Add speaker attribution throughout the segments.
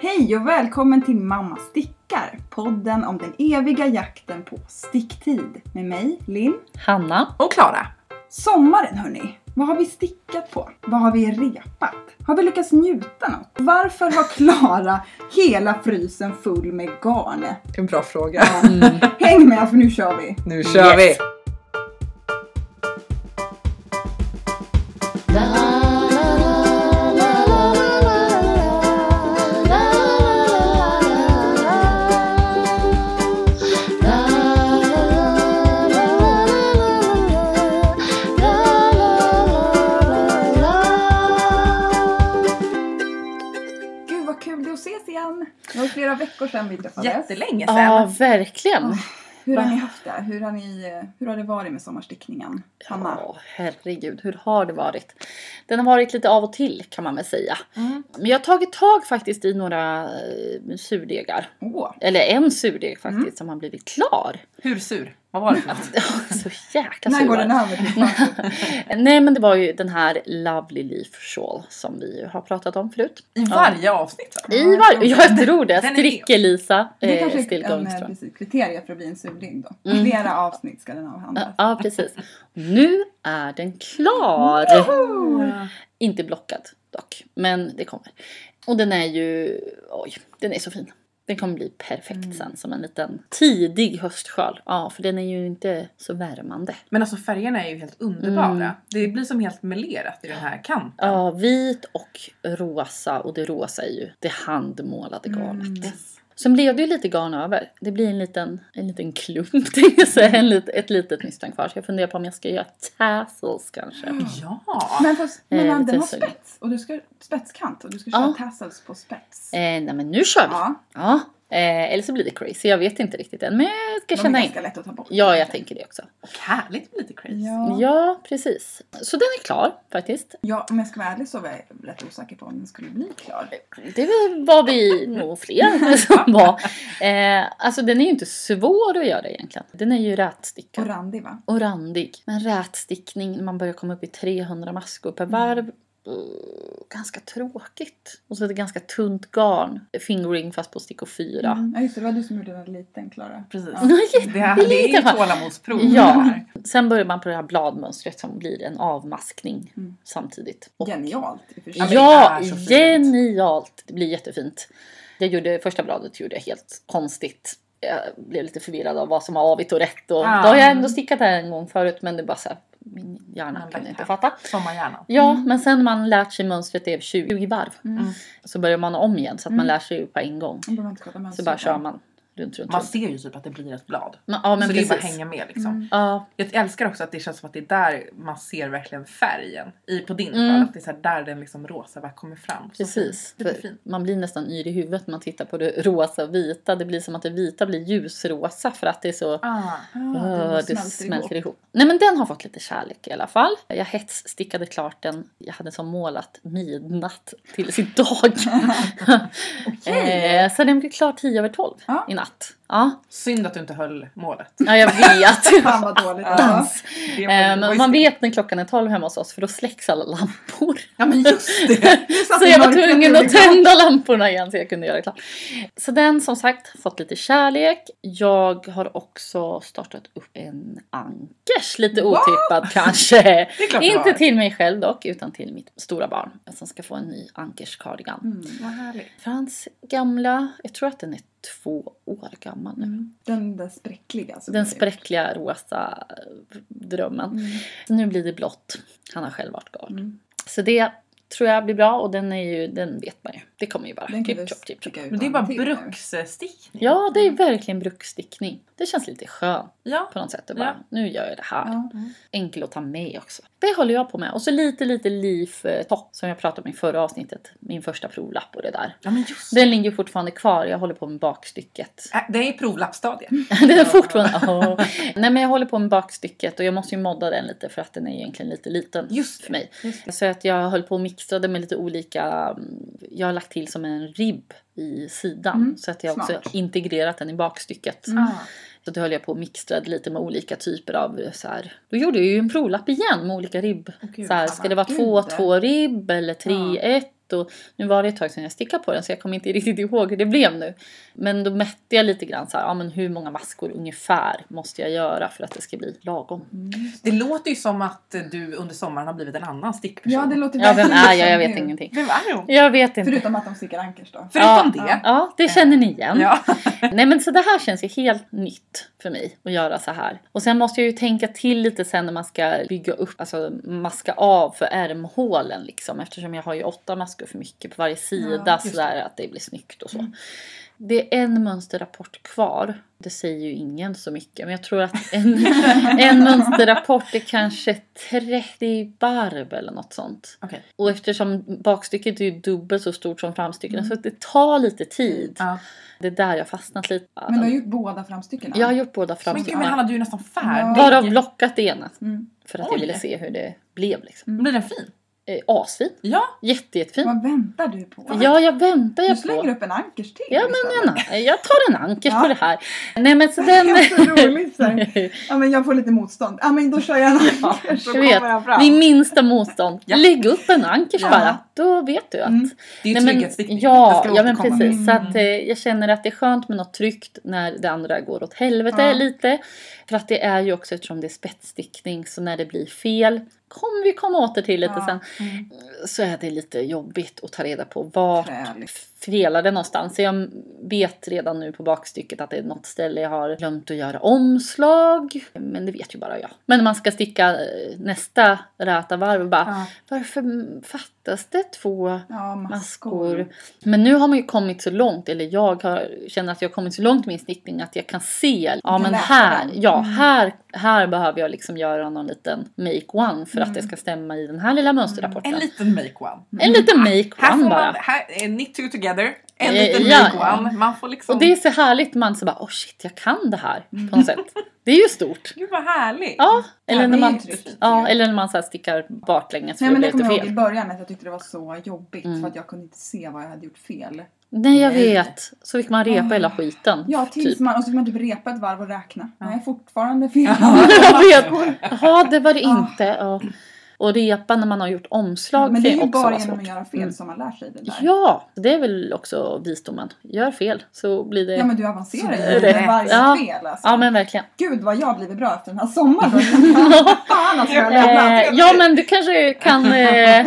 Speaker 1: Hej och välkommen till Mamma stickar, podden om den eviga jakten på sticktid med mig, Linn.
Speaker 2: Hanna.
Speaker 3: Och Klara.
Speaker 1: Sommaren hörni, vad har vi stickat på? Vad har vi repat? Har vi lyckats njuta något? Varför har Klara hela frysen full med garn?
Speaker 3: En bra fråga.
Speaker 1: Ja, Häng med för nu kör vi!
Speaker 3: Nu kör
Speaker 2: Yes.
Speaker 3: vi!
Speaker 1: Gud vad kul det är att ses igen! Det var flera veckor sedan vi träffades.
Speaker 3: Jättelänge sedan.
Speaker 2: Ja, verkligen.
Speaker 1: Hur har ni haft det? Hur har, ni, hur har det varit med sommarstickningen? Hanna?
Speaker 2: Ja, herregud, hur har det varit? Den har varit lite av och till kan man väl säga.
Speaker 3: Mm.
Speaker 2: Men jag har tagit tag faktiskt i några eh, surdegar.
Speaker 1: Åh,
Speaker 2: Eller en surdeg faktiskt
Speaker 1: Mm.
Speaker 2: som har blivit klar.
Speaker 3: Hur sur? Vad var det för något?
Speaker 2: Alltså, så jäkla
Speaker 1: när
Speaker 2: sur
Speaker 1: går
Speaker 2: var
Speaker 1: den här?
Speaker 2: Nej men det var ju den här Lovely Leaf Shawl som vi ju har pratat om förut.
Speaker 3: I varje avsnitt va?
Speaker 2: I var... Jag tror det!
Speaker 3: Den är
Speaker 2: Stricke-Lisa
Speaker 1: Det är
Speaker 2: eh,
Speaker 1: kanske är en, eh,
Speaker 2: Stillgångström.
Speaker 1: precis, kriterie för att bli en surdeg då.
Speaker 2: Mm.
Speaker 1: Flera avsnitt ska den avhandlas.
Speaker 2: Ja precis. Nu är den klar! Inte blockad dock, men det kommer. Och den är ju, oj, den är så fin. Den kommer bli perfekt sen som en liten tidig höstsjal. Ja, för den är ju inte så värmande.
Speaker 3: Men alltså färgerna är ju helt underbara.
Speaker 2: Mm.
Speaker 3: Det blir som helt melerat i den här kanten.
Speaker 2: Ja, vit och rosa och det rosa är ju det handmålade garnet.
Speaker 3: Mm.
Speaker 2: Sen blev det ju lite garn över. Det blir en liten, en liten klump, tänkte jag säga. En lit, ett litet nystan kvar. Så jag funderar på om jag ska göra tassels kanske.
Speaker 3: Ja!
Speaker 1: Men, fast, men
Speaker 2: Eh,
Speaker 1: den
Speaker 2: lite
Speaker 1: har
Speaker 2: så.
Speaker 1: spets och du ska, spetskant och du ska köra
Speaker 2: Ja.
Speaker 1: tassels på spets.
Speaker 2: Eh, nej men nu kör vi! Ja.
Speaker 1: Ja,
Speaker 2: Eh, eller så blir det crazy, jag vet inte riktigt än. Men jag ska
Speaker 1: de är
Speaker 2: känna in.
Speaker 1: ganska lätt att ta bort.
Speaker 2: Ja, jag tänker det också.
Speaker 3: Och härligt med lite crazy.
Speaker 1: Ja.
Speaker 2: Ja, precis. Så den är klar faktiskt.
Speaker 1: Ja, om jag ska vara ärlig så var jag rätt osäker på om den skulle bli klar.
Speaker 2: Det var vi nog fler som var. Eh, alltså den är ju inte svår att göra egentligen. Den är ju
Speaker 1: Och
Speaker 2: rätstickad.
Speaker 1: randig va?
Speaker 2: Och randig. Men rätstickning, när man börjar komma upp i 300 maskor per
Speaker 1: Mm.
Speaker 2: varv. eh, Ganska tråkigt. Och så är det ganska tunt garn. Fingering fast på stickor 4.
Speaker 1: Mm. Ja just det, det var du som gjorde den liten Klara.
Speaker 3: Precis.
Speaker 1: Ja.
Speaker 2: Nej,
Speaker 3: Det, här, det är
Speaker 2: lite
Speaker 3: ju
Speaker 2: va?
Speaker 3: tålamodsprov.
Speaker 2: Ja.
Speaker 3: det här.
Speaker 2: Sen börjar man på det här bladmönstret som blir en avmaskning
Speaker 1: Mm.
Speaker 2: samtidigt. Och
Speaker 1: Genialt i och för sig.
Speaker 3: men
Speaker 2: Ja,
Speaker 3: det är så fint.
Speaker 2: genialt! Det blir jättefint. Jag gjorde första bladet gjorde jag helt konstigt. Jag blev lite förvirrad av vad som var avigt och rätt. Och
Speaker 3: Ah.
Speaker 2: Då har jag ändå stickat det här en gång förut men det är bara så här, min hjärna
Speaker 3: Man Mm.
Speaker 2: kan
Speaker 3: backar.
Speaker 2: inte fatta.
Speaker 3: Sommarhjärnan.
Speaker 2: Ja, men sen när man lärt sig mönstret i 20 varv
Speaker 1: Mm.
Speaker 2: så börjar man om igen så att
Speaker 1: Mm.
Speaker 2: man lär sig på en gång.
Speaker 1: Man behöver inte prata
Speaker 2: Så
Speaker 1: mönster.
Speaker 2: bara kör man runt, runt,
Speaker 3: Man
Speaker 2: runt.
Speaker 3: ser ju typ att det blir ett blad.
Speaker 2: Men, ja, men
Speaker 3: så
Speaker 2: precis.
Speaker 3: det är bara att hänga med liksom.
Speaker 1: Mm.
Speaker 2: Ja,
Speaker 3: Jag älskar också att det känns som att det är där man ser verkligen färgen. I, på din
Speaker 2: Mm.
Speaker 3: mm. Att det är så här där den liksom rosa bara kommer fram. Så
Speaker 2: Precis.
Speaker 3: fint. Det
Speaker 2: för
Speaker 3: blir fint.
Speaker 2: Man blir nästan yr i huvudet när man tittar på det rosa och vita. Det blir som att det vita blir ljusrosa för att det är så...
Speaker 3: Ah.
Speaker 1: Ah,
Speaker 2: Öh,
Speaker 1: den
Speaker 2: det smälter, ihop. Nej men den har fått lite kärlek i alla fall. Jag hetsstickade klart den. Jag hade som mål att midnatt till sin dag.
Speaker 1: Okej.
Speaker 2: eh, så den blev klar 10 över 12
Speaker 1: Ja.
Speaker 2: i natt. Ja,
Speaker 3: Synd att du inte höll målet.
Speaker 2: ja jag vet.
Speaker 1: Fan vad dåligt. Ja.
Speaker 2: Dans.
Speaker 3: Det var-
Speaker 2: Eh,
Speaker 3: var ju
Speaker 2: men man
Speaker 3: synd.
Speaker 2: vet när klockan är 12 hemma hos oss för då släcks alla lampor.
Speaker 3: Ja men just det!
Speaker 1: satt
Speaker 2: Så
Speaker 1: i
Speaker 2: jag var
Speaker 1: mörkret
Speaker 2: tvungen
Speaker 1: och
Speaker 2: att
Speaker 1: liksom-
Speaker 2: tända lamporna igen så jag kunde göra klart. Så den som sagt fått lite kärlek. Jag har också startat upp en ankers, lite
Speaker 1: Va?
Speaker 2: otippat kanske.
Speaker 3: Det är klart
Speaker 2: Inte
Speaker 3: till.
Speaker 2: till mig själv dock, utan till mitt stora barn som ska få en ny ankers-cardigan.
Speaker 1: Mm.
Speaker 3: Vad härligt.
Speaker 2: För hans gamla, jag tror att den är två år gammal nu.
Speaker 1: Den där spräckliga. som
Speaker 2: Mm. Den
Speaker 1: du-
Speaker 2: spräckliga rosa eh, drömmen.
Speaker 1: Mm.
Speaker 2: Så nu blir det blått. Han har själv varit garn.
Speaker 1: Mm.
Speaker 2: Så det tror jag blir bra och den är ju, den vet man ju. Det kommer ju bara.
Speaker 1: Den kan
Speaker 2: Klipp,
Speaker 1: du
Speaker 2: chop, klipp, chop.
Speaker 1: sticka ut
Speaker 3: Men det är
Speaker 1: en
Speaker 3: bara
Speaker 1: till nu.
Speaker 3: bruksstickning.
Speaker 2: Ja, det är
Speaker 1: Mm.
Speaker 2: verkligen bruksstickning. Det känns lite skönt
Speaker 3: Ja.
Speaker 2: på något sätt. Att bara,
Speaker 3: Ja.
Speaker 2: Nu gör jag det här.
Speaker 1: Ja.
Speaker 2: Enkel att ta med också. Det håller jag på med. Och så lite, lite leaf eh, top som jag pratade om i förra avsnittet. Min första provlapp och det där.
Speaker 3: Ja men just det.
Speaker 2: Den ligger fortfarande kvar. Jag håller på med bakstycket.
Speaker 3: Äh, Det är provlappstadiet.
Speaker 2: den är fortfarande... Åh. Nej men jag håller på med bakstycket och jag måste ju modda den lite för att den är egentligen lite liten
Speaker 3: Just det.
Speaker 2: för mig.
Speaker 3: Just
Speaker 2: Så att jag höll på och mixade med lite olika... mm, Jag har lagt till som en ribb i sidan
Speaker 1: Mm,
Speaker 2: så att jag också
Speaker 1: smart.
Speaker 2: integrerat den i bakstycket.
Speaker 1: Mm.
Speaker 3: Ah.
Speaker 2: Så då höll jag på och mixtrade lite med olika typer av eh, så här. Då gjorde jag ju en provlapp igen med olika ribb.
Speaker 3: Åh, gud,
Speaker 2: så här,
Speaker 3: Hanna.
Speaker 2: ska det vara
Speaker 1: Gud.
Speaker 2: två, två ribb eller tre,
Speaker 1: Ja.
Speaker 2: ett mätt och nu var det ett tag sedan jag stickade på den så jag kommer inte riktigt ihåg hur det blev nu. Men då mätte jag lite grann så här, ja men hur många maskor ungefär måste jag göra för att det ska bli lagom?
Speaker 1: Mm.
Speaker 3: Det låter ju som att du under sommaren har blivit en annan stickperson.
Speaker 1: Ja, det låter
Speaker 2: Ja, vem
Speaker 1: verkligen
Speaker 2: är jag? Jag
Speaker 1: som
Speaker 2: vet
Speaker 1: du.
Speaker 2: ingenting.
Speaker 3: Vem är hon?
Speaker 2: Jag vet inte.
Speaker 1: Förutom att de stickar ankers då.
Speaker 3: Förutom
Speaker 2: ja,
Speaker 3: det.
Speaker 2: Ja, det känner ni igen.
Speaker 3: Ja.
Speaker 2: Nej men så det här känns ju helt nytt för mig att göra så här. Och sen måste jag ju tänka till lite sen när man ska bygga upp, alltså maska av för ärmhålen liksom. Eftersom jag har ju åtta maskor för mycket på varje sida
Speaker 1: Ja,
Speaker 3: just Mm.
Speaker 2: sådär att det blir snyggt och så. Det är en mönsterrapport kvar. Det säger ju ingen så mycket men jag tror att en, en mönsterrapport är kanske 30 barb eller något sånt.
Speaker 3: Okej.
Speaker 2: Och eftersom bakstycket är ju dubbelt så stort som framstycken så det tar lite tid.
Speaker 3: Mm. Ja.
Speaker 2: Det är där jag fastnat lite.
Speaker 1: Men du har gjort båda framstyckena.
Speaker 2: Jag har gjort båda
Speaker 3: Men gud, men
Speaker 2: framstyckena.
Speaker 3: Hanna du är ju nästan färdig.
Speaker 2: Varav lockat det ena.
Speaker 1: Mm.
Speaker 2: För att
Speaker 3: Oj.
Speaker 2: jag ville se hur det blev liksom.
Speaker 3: Blir den fin?
Speaker 2: Eh, asfin.
Speaker 3: Ja.
Speaker 2: Jätte, jättefin.
Speaker 1: Vad väntar du på?
Speaker 2: Ja, jag väntar
Speaker 1: du
Speaker 2: jag
Speaker 1: slänger
Speaker 2: på.
Speaker 1: upp en ankers till
Speaker 2: Ja, men en, an- jag tar en anker
Speaker 1: Ja.
Speaker 2: på det här. Nej men så den...
Speaker 1: Det är så roligt så här. Ja men jag får lite motstånd. Ja men då kör jag en anker så
Speaker 2: du vet.
Speaker 1: kommer han fram.
Speaker 2: Vid minsta motstånd,
Speaker 3: Ja.
Speaker 2: lägg upp en ankers
Speaker 1: Ja.
Speaker 2: bara. Då vet du att
Speaker 1: Mm.
Speaker 3: Det är ju
Speaker 2: Nej, men,
Speaker 3: trygghetsstickning.
Speaker 2: ja,
Speaker 3: Det ska
Speaker 2: ja men
Speaker 3: återkomma.
Speaker 2: precis. Så
Speaker 3: Mm.
Speaker 2: att, eh, jag känner att det är skönt med något tryggt när det andra går åt helvete
Speaker 1: Ja.
Speaker 2: lite. För att det är ju också eftersom det är spetsstickning så när det blir fel kommer vi komma åter till lite
Speaker 1: Ja.
Speaker 2: sen.
Speaker 3: Mm.
Speaker 2: Så är det lite jobbigt att ta reda på vart
Speaker 1: Träligt.
Speaker 2: felade någonstans. Så jag vet redan nu på bakstycket att det är något ställe jag har glömt att göra omslag. Men det vet ju bara jag. Men när man ska sticka eh, nästa räta varv och bara
Speaker 3: Ja.
Speaker 2: varför fattas det två
Speaker 1: Ja, maskor.
Speaker 2: maskor. Men nu har man ju kommit så långt, eller jag har, känner att jag har kommit så långt med min stickning att jag kan se, ja
Speaker 1: kan
Speaker 2: men
Speaker 1: läsa
Speaker 2: här,
Speaker 1: den.
Speaker 2: ja
Speaker 1: Mm.
Speaker 2: här, här behöver jag liksom göra någon liten make one för att det
Speaker 1: Mm.
Speaker 2: ska stämma i den här lilla mönsterrapporten.
Speaker 3: En liten make one.
Speaker 2: En liten make
Speaker 3: Här får
Speaker 2: one bara.
Speaker 3: man, här, eh, knit two together, en
Speaker 2: Eh,
Speaker 3: liten
Speaker 2: ja,
Speaker 3: make
Speaker 2: ja.
Speaker 3: one. Man får liksom,
Speaker 2: Och det är så härligt, man så bara oh shit jag kan det här på något sätt. Det är ju stort.
Speaker 3: gud vad härligt.
Speaker 2: Ja,
Speaker 1: Mm. Ja,
Speaker 2: eller
Speaker 1: det
Speaker 2: när
Speaker 1: är
Speaker 2: man,
Speaker 1: ju tryggt.
Speaker 2: ja, eller när man så här stickar baklänges för
Speaker 1: Nej
Speaker 2: det
Speaker 1: men det
Speaker 2: blir
Speaker 1: kommer jag
Speaker 2: lite
Speaker 1: ihåg i
Speaker 2: fel.
Speaker 1: början att jag tyckte det var så jobbigt
Speaker 2: Mm.
Speaker 1: för att jag kunde inte se vad jag hade gjort fel.
Speaker 2: Nej jag
Speaker 3: Nej.
Speaker 2: vet. Så fick man repa hela skiten.
Speaker 1: Ja tills
Speaker 2: typ.
Speaker 1: man, och så fick man typ repa ett varv och räkna. Nej fortfarande fel.
Speaker 2: jag vet. Jaha, det var det
Speaker 1: Ja.
Speaker 2: inte. Ja. Och repa när man har gjort omslag
Speaker 1: men det är ju
Speaker 2: också
Speaker 1: bara
Speaker 2: vara
Speaker 1: genom att
Speaker 2: svårt.
Speaker 1: göra fel
Speaker 2: Mm.
Speaker 1: som man lär sig det där.
Speaker 2: Ja, det är väl också visdomen. Gör fel så blir det...
Speaker 1: Ja men du avancerar ju
Speaker 2: Rätt.
Speaker 1: med varje
Speaker 2: Ja.
Speaker 1: fel alltså.
Speaker 2: verkligen.
Speaker 1: Gud vad jag har blivit bra efter den här sommaren. Fan alltså jag har lämnat.
Speaker 2: Eh, ja men du kanske kan... Eh,
Speaker 3: Har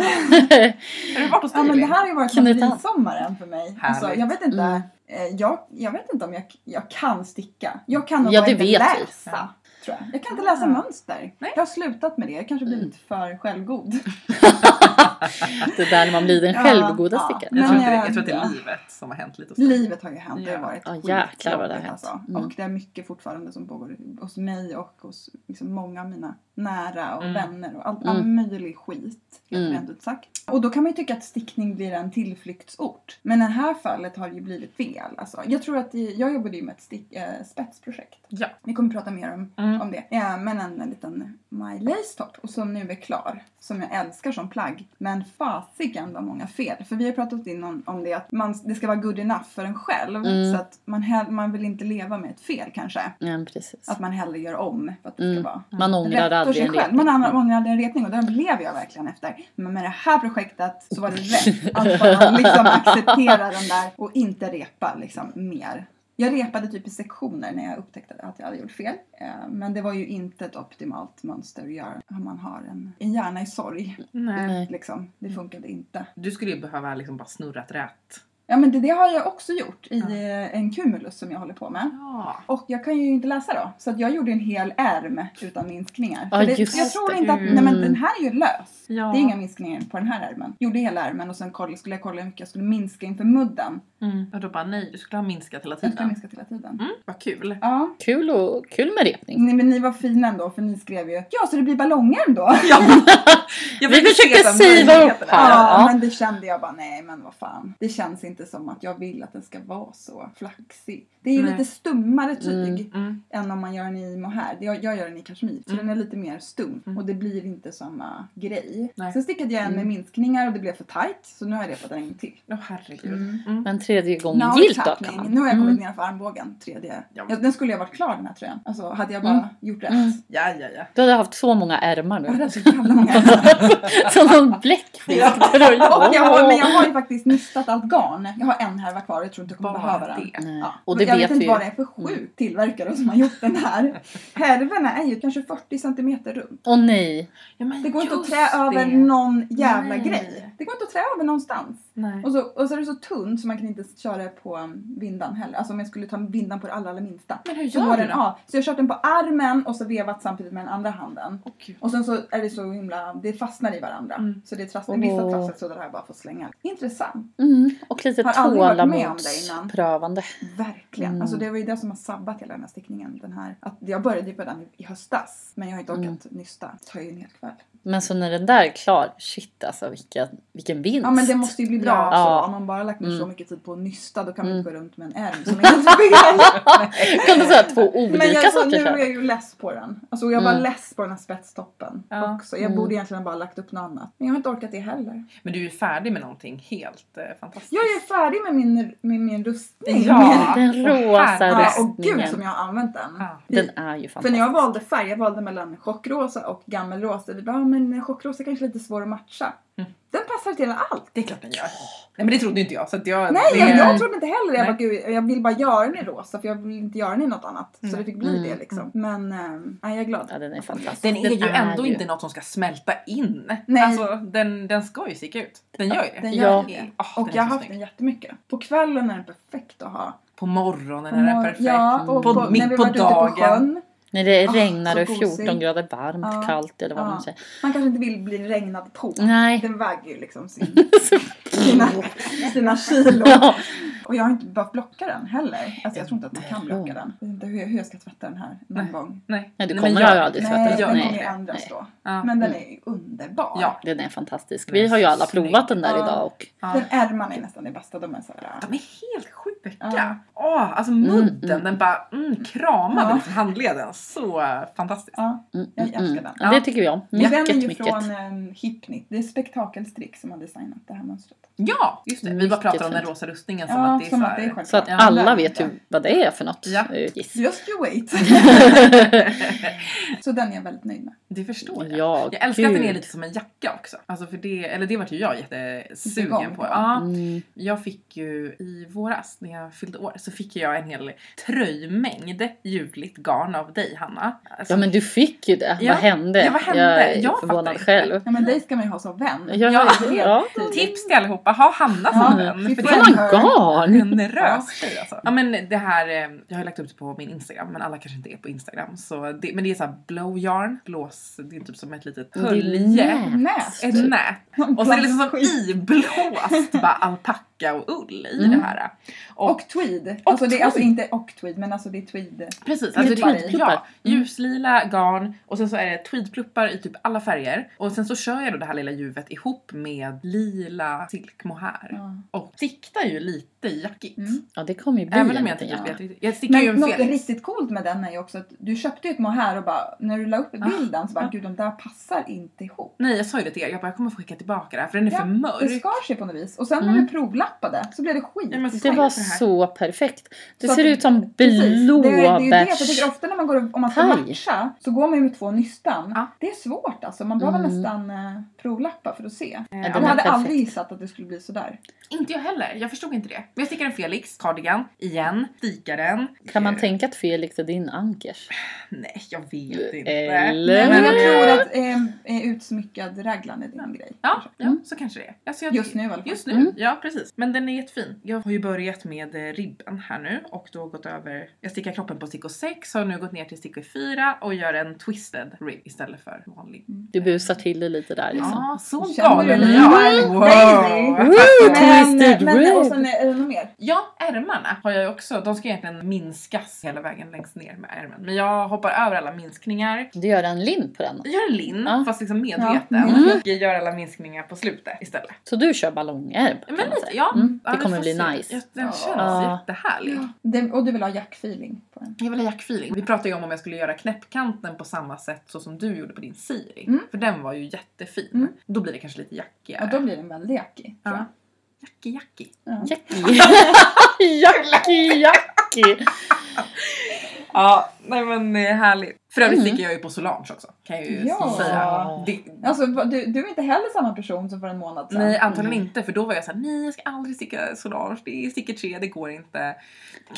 Speaker 3: du varit hos
Speaker 1: Ja men det här har ju varit som
Speaker 2: Knuta.
Speaker 1: midsommaren för mig. Alltså,
Speaker 3: Härligt.
Speaker 1: jag, vet inte,
Speaker 2: Mm.
Speaker 1: eh, jag, jag vet inte om jag, jag kan sticka. Jag kan nog
Speaker 2: Ja,
Speaker 1: bara
Speaker 2: det
Speaker 1: inte
Speaker 2: vet vi.
Speaker 1: läsa.
Speaker 3: Ja.
Speaker 1: Tror jag. jag kan inte läsa
Speaker 3: Ah.
Speaker 1: mönster.
Speaker 3: Nej.
Speaker 1: Jag har slutat med det. Jag kanske blir
Speaker 2: Mm.
Speaker 1: lite för självgod.
Speaker 2: det är där när man blir den
Speaker 1: Ja,
Speaker 2: självgoda
Speaker 1: ja.
Speaker 2: stickaren.
Speaker 3: jag, tror inte det,
Speaker 1: men,
Speaker 3: jag tror att det är
Speaker 1: ja.
Speaker 3: livet som har hänt lite. hos dig.
Speaker 1: Livet har ju hänt. Det har
Speaker 3: Ja.
Speaker 1: varit
Speaker 2: Ja, jäklar vad det har
Speaker 1: skitjobbigt,
Speaker 2: hänt.
Speaker 1: Alltså.
Speaker 2: Mm.
Speaker 1: Och det är mycket fortfarande som pågår hos mig och hos liksom, många av mina nära och
Speaker 3: Mm.
Speaker 1: vänner och all,
Speaker 2: Mm.
Speaker 1: all möjlig skit. Helt
Speaker 2: Mm.
Speaker 1: rent ut sagt. Och då kan man ju tycka att stickning blir en tillflyktsort. Men i det här fallet har det ju blivit fel. Alltså, jag tror att i- jag jobbade ju med ett stick, eh, spetsprojekt.
Speaker 3: Ja.
Speaker 1: Vi kommer prata mer om,
Speaker 3: Mm.
Speaker 1: om det. Ja, men en, en liten My Lace Top och som nu är klar. Som jag älskar som plagg. Men fasiken vad många fel. För vi har pratat innan om det att man, det ska vara good enough för en själv.
Speaker 2: Mm.
Speaker 1: Så att man, hell, man vill inte leva med ett fel kanske.
Speaker 2: Ja, precis.
Speaker 1: Att man hellre gör om för att det
Speaker 2: Mm.
Speaker 1: ska vara
Speaker 2: Man ångrar
Speaker 1: rätt för
Speaker 2: aldrig
Speaker 1: sig
Speaker 2: en
Speaker 1: själv.
Speaker 2: repning.
Speaker 1: Man an- ångrar aldrig en retning och den blev jag verkligen efter. Men med det här projektet så var det rätt. Att man liksom accepterar den där och inte repa liksom mer. Jag repade typ i sektioner när jag upptäckte att jag hade gjort fel. Eh, Men det var ju inte ett optimalt mönster att göra om man har en, en hjärna i sorg.
Speaker 3: Nej.
Speaker 2: Nej.
Speaker 1: Liksom. Det funkade inte.
Speaker 3: Du skulle ju behöva liksom bara snurra ett rät.
Speaker 1: Ja men det, det har jag också gjort i
Speaker 3: Ja.
Speaker 1: eh, en cumulus som jag håller på med.
Speaker 3: Ja.
Speaker 1: Och jag kan ju inte läsa då, så att jag gjorde en hel ärm utan minskningar.
Speaker 2: Ja,
Speaker 1: För det,
Speaker 2: just
Speaker 1: jag tror
Speaker 2: det. Mm.
Speaker 1: inte att, nej men den här är ju lös.
Speaker 3: ja.
Speaker 1: Det är inga minskningar på den här ärmen. Gjorde hela ärmen och sen koll, skulle jag kolla hur mycket jag skulle minska inför mudden.
Speaker 3: Mm. Och då bara nej, du skulle ha minskat hela
Speaker 1: Jag skulle
Speaker 3: tiden.
Speaker 1: minska hela tiden.
Speaker 3: Mm. Vad kul.
Speaker 1: Ja.
Speaker 2: Kul, och, kul med repning.
Speaker 1: Nej, men ni var fina ändå för ni skrev ju ja så det blir ballongärm då. Ja,
Speaker 3: Jag
Speaker 2: Vi
Speaker 3: vill se
Speaker 2: försöker
Speaker 3: den
Speaker 2: siva upp
Speaker 3: möjligheten.
Speaker 2: här. Ja.
Speaker 1: men det kände jag bara nej men vad fan. Det känns inte inte som att jag vill att den ska vara så flaxig. Det är ju
Speaker 3: Nej.
Speaker 1: lite stummare tyg
Speaker 2: Mm.
Speaker 3: Mm.
Speaker 1: än om man gör den i mohair. Jag, jag gör den i kashmir, så
Speaker 3: Mm.
Speaker 1: den är lite mer stum
Speaker 3: Mm.
Speaker 1: och det blir inte samma grej.
Speaker 3: Nej.
Speaker 1: Sen stickade jag en
Speaker 2: Mm.
Speaker 1: med minskningar och det blev för tight så nu har jag repat den en gång till.
Speaker 3: Åh herregud. Mm.
Speaker 2: Men tredje gången
Speaker 1: Now it's
Speaker 2: gillt då kan
Speaker 1: happening.
Speaker 2: man.
Speaker 1: Nu har jag kommit
Speaker 2: Mm.
Speaker 1: nedanför armbågen, tredje.
Speaker 3: Ja.
Speaker 1: Ja, den skulle jag varit klar den här tröjan. Alltså hade jag bara
Speaker 2: Mm.
Speaker 1: gjort rätt.
Speaker 2: Mm.
Speaker 3: Ja, ja, ja.
Speaker 2: Du hade haft så många ärmar
Speaker 1: Jag
Speaker 2: nu.
Speaker 1: hade så jävla många ärmar.
Speaker 2: Som någon bläckfisktröja.
Speaker 1: Och jag har, men jag har ju faktiskt nystat allt garn. Jag har en härva kvar och jag tror inte jag kommer behöva
Speaker 3: Bara
Speaker 1: den.
Speaker 3: det.
Speaker 2: Nej.
Speaker 1: Ja.
Speaker 2: Och det
Speaker 1: jag
Speaker 2: vet
Speaker 1: vet
Speaker 2: vi
Speaker 1: inte
Speaker 2: ju. Mm.
Speaker 1: vad det är för sjuk tillverkare som har gjort den här. Härvorna är ju kanske 40 cm runt.
Speaker 2: Åh nej.
Speaker 3: Ja, men
Speaker 1: Det går inte att
Speaker 3: just
Speaker 1: trä över
Speaker 3: det.
Speaker 1: någon jävla
Speaker 3: Nej.
Speaker 1: grej. Det går inte att trä över någonstans.
Speaker 3: Nej.
Speaker 1: Och så, och så är det så tunt så man kan inte köra det på um, vindan heller. Alltså om jag skulle ta vindan på det allra, allra minsta.
Speaker 3: Men hur
Speaker 1: Så, går
Speaker 3: gör du
Speaker 1: den,
Speaker 3: då?
Speaker 1: av. så jag har kört den på armen och så vevat samtidigt med den andra handen.
Speaker 3: Åh, gud.
Speaker 1: Och sen så är det så himla, det fastnar i varandra.
Speaker 3: Mm.
Speaker 1: Så det är trassligt, vissa
Speaker 2: Åh.
Speaker 1: trassligt så det här bara får slänga. Intressant,
Speaker 2: Mm. Och lite
Speaker 1: Har aldrig varit med om det innan.
Speaker 2: tålamodsprövande.
Speaker 1: verkligen.
Speaker 2: Mm.
Speaker 1: Alltså det var ju det som har sabbat hela den här stickningen. Den här, att jag började ju på den i höstas men jag har inte orkat
Speaker 2: Mm.
Speaker 1: nysta. Det tar ju en hel kväll.
Speaker 2: Men så när den där är klar, shit alltså vilken, vilken vinst.
Speaker 1: Ja men det måste ju bli bra
Speaker 3: Ja.
Speaker 1: också.
Speaker 2: Ja.
Speaker 1: Om man bara lagt ner så
Speaker 2: Mm.
Speaker 1: mycket tid på att nysta då kan man
Speaker 2: Mm.
Speaker 1: inte gå runt med en ärm som är helt fel.
Speaker 2: Kan du säga två olika
Speaker 1: Men jag, alltså, nu
Speaker 2: sorters
Speaker 1: är
Speaker 2: ärmar?
Speaker 1: jag ju less på den. Alltså jag var
Speaker 2: Mm.
Speaker 1: less på den här spetstoppen
Speaker 3: Ja.
Speaker 1: också. Jag
Speaker 2: Mm.
Speaker 1: borde egentligen bara lagt upp något annat. Men jag har inte orkat det heller.
Speaker 3: Men du är ju färdig med någonting helt eh, fantastiskt.
Speaker 1: Jag är färdig med min, med min rustning.
Speaker 3: Ja.
Speaker 2: Den
Speaker 3: Åh,
Speaker 2: rosa
Speaker 3: herre.
Speaker 1: ja och
Speaker 2: rustningen.
Speaker 1: gud som jag har använt den.
Speaker 3: Ja.
Speaker 1: Vi-
Speaker 2: Den är ju
Speaker 1: För när
Speaker 2: fantastisk.
Speaker 1: jag valde färg, jag valde mellan chockrosa och gammelrosa. Vi bara, ja, men chockrosa kanske är lite svår att matcha.
Speaker 3: Mm.
Speaker 1: Den passar till allt.
Speaker 3: Det är klart den gör. Nej men det trodde inte jag. Så att jag
Speaker 1: Nej,
Speaker 3: det,
Speaker 1: jag, jag trodde inte heller Jag
Speaker 3: Nej.
Speaker 1: bara, gud, jag vill bara göra den i rosa för jag vill inte göra den i något annat. Så
Speaker 3: Mm.
Speaker 1: det fick bli
Speaker 2: Mm.
Speaker 1: det liksom. Men ehm, nej, jag är glad.
Speaker 2: Ja, den är fantastisk.
Speaker 3: Den är ju ändå
Speaker 2: ju-
Speaker 3: inte något som ska smälta in.
Speaker 1: Nej.
Speaker 3: Alltså den, den ska ju sticka ut. Den gör ju det.
Speaker 1: Den
Speaker 2: Ja.
Speaker 1: gör det.
Speaker 3: Ah,
Speaker 1: Och
Speaker 3: den är
Speaker 1: jag har
Speaker 3: så
Speaker 1: haft
Speaker 3: snygg.
Speaker 1: den jättemycket. På kvällen är den perfekt att ha.
Speaker 3: På morgonen
Speaker 1: På
Speaker 3: är den
Speaker 1: mor-
Speaker 3: perfekt. Mm.
Speaker 1: Ja, och
Speaker 3: På-
Speaker 1: på, när
Speaker 3: mitt
Speaker 1: vi
Speaker 3: på
Speaker 1: varit ute på
Speaker 3: dagen.
Speaker 1: sjön.
Speaker 2: När det
Speaker 1: Ah,
Speaker 2: regnar och är
Speaker 1: så
Speaker 2: 14
Speaker 1: gosig.
Speaker 2: grader varmt,
Speaker 1: Ja.
Speaker 2: kallt eller vad
Speaker 1: Ja.
Speaker 2: man säger.
Speaker 1: Man kanske inte vill bli regnad på.
Speaker 2: Nej.
Speaker 1: Den väger ju liksom sin, sina, sina kilo.
Speaker 2: Ja.
Speaker 1: Och jag har inte behövt blocka den heller. Alltså jag tror inte att man kan
Speaker 2: Ja.
Speaker 1: blocka den. Jag vet inte hur jag, hur jag ska tvätta den här någon
Speaker 3: Nej.
Speaker 1: gång.
Speaker 3: Nej.
Speaker 2: Nej, du
Speaker 3: men
Speaker 2: kommer
Speaker 3: gör
Speaker 2: ju
Speaker 3: det.
Speaker 2: aldrig
Speaker 1: Nej,
Speaker 2: tvätta
Speaker 1: den
Speaker 3: jag-
Speaker 2: den.
Speaker 1: kommer ju
Speaker 2: Nej.
Speaker 1: ändras då.
Speaker 3: Ja.
Speaker 1: Men den är ju underbar.
Speaker 3: ja.
Speaker 2: Den är fantastisk.
Speaker 3: Den är
Speaker 2: Vi har ju
Speaker 3: så
Speaker 2: alla
Speaker 3: snygg.
Speaker 2: provat den där
Speaker 1: Ja.
Speaker 2: idag och
Speaker 1: Den
Speaker 3: ja.
Speaker 1: ärmarna är nästan det bästa. De är såhär...
Speaker 3: De är helt sjuka.
Speaker 1: Ja.
Speaker 3: Åh, alltså mudden,
Speaker 2: Mm, mm.
Speaker 3: den bara mm, kramade
Speaker 1: Ja.
Speaker 3: liksom handleden. Så eh, fantastiskt.
Speaker 1: Ja.
Speaker 2: mm,
Speaker 1: Jag
Speaker 2: mm,
Speaker 1: älskar
Speaker 2: mm.
Speaker 1: den.
Speaker 2: Ja, Det tycker vi om.
Speaker 1: Men den är
Speaker 2: Mycket,
Speaker 1: ju
Speaker 2: mycket.
Speaker 1: från um, Hipnit. Det är Spektakelstrick som har designat det här mönstret.
Speaker 3: Ja, just det. Vi bara
Speaker 2: Mycket
Speaker 3: pratar om
Speaker 2: fint.
Speaker 3: den rosa rustningen som
Speaker 1: Ja,
Speaker 3: Alltså, att det är
Speaker 1: som
Speaker 3: så
Speaker 1: att det är självklart.
Speaker 3: här.
Speaker 2: Så att
Speaker 3: Ja,
Speaker 2: alla
Speaker 1: lär
Speaker 2: vet
Speaker 1: mig
Speaker 2: ju vad det är för något.
Speaker 3: Ja.
Speaker 2: eh, giss.
Speaker 1: Just you wait. Så den är jag väldigt nöjd med.
Speaker 3: Det förstår jag.
Speaker 2: Ja,
Speaker 3: Jag älskar att den är
Speaker 2: gud.
Speaker 3: lite som en jacka också. Alltså för det, eller det vart ju jag jättesugen
Speaker 1: Igång
Speaker 3: på.
Speaker 1: på.
Speaker 3: Ja,
Speaker 2: Mm.
Speaker 3: jag fick ju i våras när jag fyllde år så fick jag en hel tröjmängd ljuvligt garn av dig Hanna. Alltså,
Speaker 2: Ja men du fick ju det.
Speaker 3: Ja.
Speaker 2: Vad hände?
Speaker 3: Ja, vad hände?
Speaker 2: Jag är
Speaker 3: Jag fattar
Speaker 2: förvånad
Speaker 3: inte.
Speaker 2: själv.
Speaker 1: Ja, men dig ska man ju ha som vän. Typ
Speaker 2: Ja,
Speaker 3: Ja.
Speaker 1: Det är
Speaker 2: ja.
Speaker 1: tydligt.
Speaker 3: Tips till allihopa, ha Hanna som
Speaker 1: Ja,
Speaker 3: vän.
Speaker 1: vi
Speaker 3: För
Speaker 1: får
Speaker 3: det är
Speaker 1: en
Speaker 2: Fan
Speaker 1: hör.
Speaker 2: garn!
Speaker 3: generös tjej alltså. Ja men det här, eh, jag har lagt upp det på min Instagram men alla kanske inte är på Instagram. Så det, men det är såhär blow yarn, blås, det är typ som ett litet
Speaker 2: Det är
Speaker 3: hölje.
Speaker 1: Nät.
Speaker 2: Typ.
Speaker 3: Ett nät. Och så är det liksom som iblåst bara alpacka och ull i
Speaker 2: Mm.
Speaker 3: det här. Och,
Speaker 1: Och tweed. alltså det är alltså inte och tweed men alltså det är tweed.
Speaker 3: precis, alltså det är
Speaker 2: Tweedpluppar.
Speaker 3: ja, ljuslila garn och sen så är det tweedpluppar i typ alla färger. Och sen så kör jag då det här lilla ljuvet ihop med lila silkmohair.
Speaker 1: Ja.
Speaker 3: Och siktar ju lite jackigt.
Speaker 1: Mm.
Speaker 2: Ja det kommer ju bli
Speaker 3: Även
Speaker 2: en
Speaker 3: om jag inte
Speaker 2: liten
Speaker 3: typ
Speaker 2: jacka.
Speaker 3: vet riktigt. Jag sticker ju
Speaker 1: Men
Speaker 3: en
Speaker 1: något
Speaker 3: fel.
Speaker 1: riktigt coolt med den är ju också att du köpte ju ett mohair och bara när du la upp bilden så bara
Speaker 3: Ah.
Speaker 1: gud de där passar inte ihop.
Speaker 3: Nej jag sa ju det till er, jag bara jag kommer få skicka tillbaka det här för den är
Speaker 1: Ja,
Speaker 3: för
Speaker 1: Det
Speaker 3: mörk.
Speaker 1: skar sig på något vis och sen när
Speaker 2: Mm.
Speaker 1: du provlappade så blev det skit.
Speaker 3: Ja, men
Speaker 2: Det
Speaker 3: skit
Speaker 2: var
Speaker 3: för här.
Speaker 2: så perfekt. Det
Speaker 1: Så
Speaker 2: ser
Speaker 1: att-
Speaker 2: ut som
Speaker 1: Precis. Det, är- det är ju det, för jag
Speaker 2: blåbärs...
Speaker 1: tycker ofta när man går och- om man ska
Speaker 2: Färg.
Speaker 1: matcha så går man ju med två nystan.
Speaker 3: Ja.
Speaker 1: Det är svårt alltså, man behöver
Speaker 2: Mm.
Speaker 1: nästan eh, provlappa för att se.
Speaker 3: Eh,
Speaker 2: Ja,
Speaker 3: ja,
Speaker 1: Jag hade
Speaker 2: perfekt.
Speaker 1: aldrig gissat att det skulle bli sådär.
Speaker 3: Inte jag heller, jag förstod inte det. Men jag stickar en Felix cardigan igen, stikar den.
Speaker 2: Kan man
Speaker 3: Eh,
Speaker 2: tänka att Felix är din ankers?
Speaker 3: Nej, jag vet inte.
Speaker 2: Eller?
Speaker 1: Men jag
Speaker 3: Nej,
Speaker 1: tror att eh, eh, utsmyckad raglan är din grej.
Speaker 3: Ja, ja
Speaker 2: Mm.
Speaker 3: så kanske det är. Alltså jag,
Speaker 1: Just nu i alla fall.
Speaker 3: Just nu,
Speaker 2: Mm.
Speaker 3: ja precis. Men den är jättefin. Jag har ju börjat med eh, ribban här nu och då gått över, jag stickar kroppen på stickor 6, har nu gått ner till stickor 4 och gör en twisted rib istället för vanlig.
Speaker 2: Du busar till det lite där liksom.
Speaker 3: Ja, så
Speaker 1: Känner du
Speaker 3: galen
Speaker 1: dig
Speaker 3: är jag.
Speaker 1: wild daisy?
Speaker 3: Wow.
Speaker 1: Men,
Speaker 2: Woo,
Speaker 1: eh,
Speaker 2: twisted
Speaker 1: men och
Speaker 2: rib!
Speaker 1: sen är det något mer?
Speaker 3: Ja, ärmarna har jag ju också. De ska egentligen minskas hela vägen längst ner med ärmen. Men jag hoppar över alla minskningar.
Speaker 2: Du gör en lim på den.
Speaker 3: Jag gör en lin,
Speaker 2: Ja.
Speaker 3: fast liksom medveten.
Speaker 1: Ja.
Speaker 2: Mm.
Speaker 3: Och jag gör alla minskningar på slutet istället.
Speaker 2: Så du kör ballongärm? kan
Speaker 3: Men
Speaker 2: man
Speaker 3: lite,
Speaker 2: säga.
Speaker 3: ja Ja,
Speaker 2: Mm,
Speaker 3: ja,
Speaker 2: det
Speaker 3: vi
Speaker 2: kommer
Speaker 3: får
Speaker 2: bli
Speaker 3: se.
Speaker 2: nice.
Speaker 3: Ja, Den känns
Speaker 2: Ja.
Speaker 3: jättehärlig.
Speaker 1: Det, och du vill ha jackfeeling på den.
Speaker 3: Jag vill ha jackfeeling. Vi pratade ju om om jag skulle göra knäppkanten på samma sätt så som du gjorde på din Siri.
Speaker 1: Mm.
Speaker 3: För den var ju jättefin.
Speaker 1: Mm.
Speaker 3: Då blir det kanske lite jackigare.
Speaker 1: Ja, då blir den väldigt jackig. tror
Speaker 3: Ja. Jacki jacki.
Speaker 1: jag. Ja.
Speaker 2: Jackie. Jackie, Jackie.
Speaker 3: Ja, nej men eh, härligt. För övrigt
Speaker 2: Mm.
Speaker 3: gick jag ju på Solange också. Kan jag ju
Speaker 1: Ja.
Speaker 3: säga. Det,
Speaker 1: Alltså, vad- du, du är inte heller samma person som för en månad sedan.
Speaker 3: Nej antagligen
Speaker 2: Mm.
Speaker 3: inte för då var jag såhär nej jag ska aldrig sticka Solange, det är sticker tre, det går inte.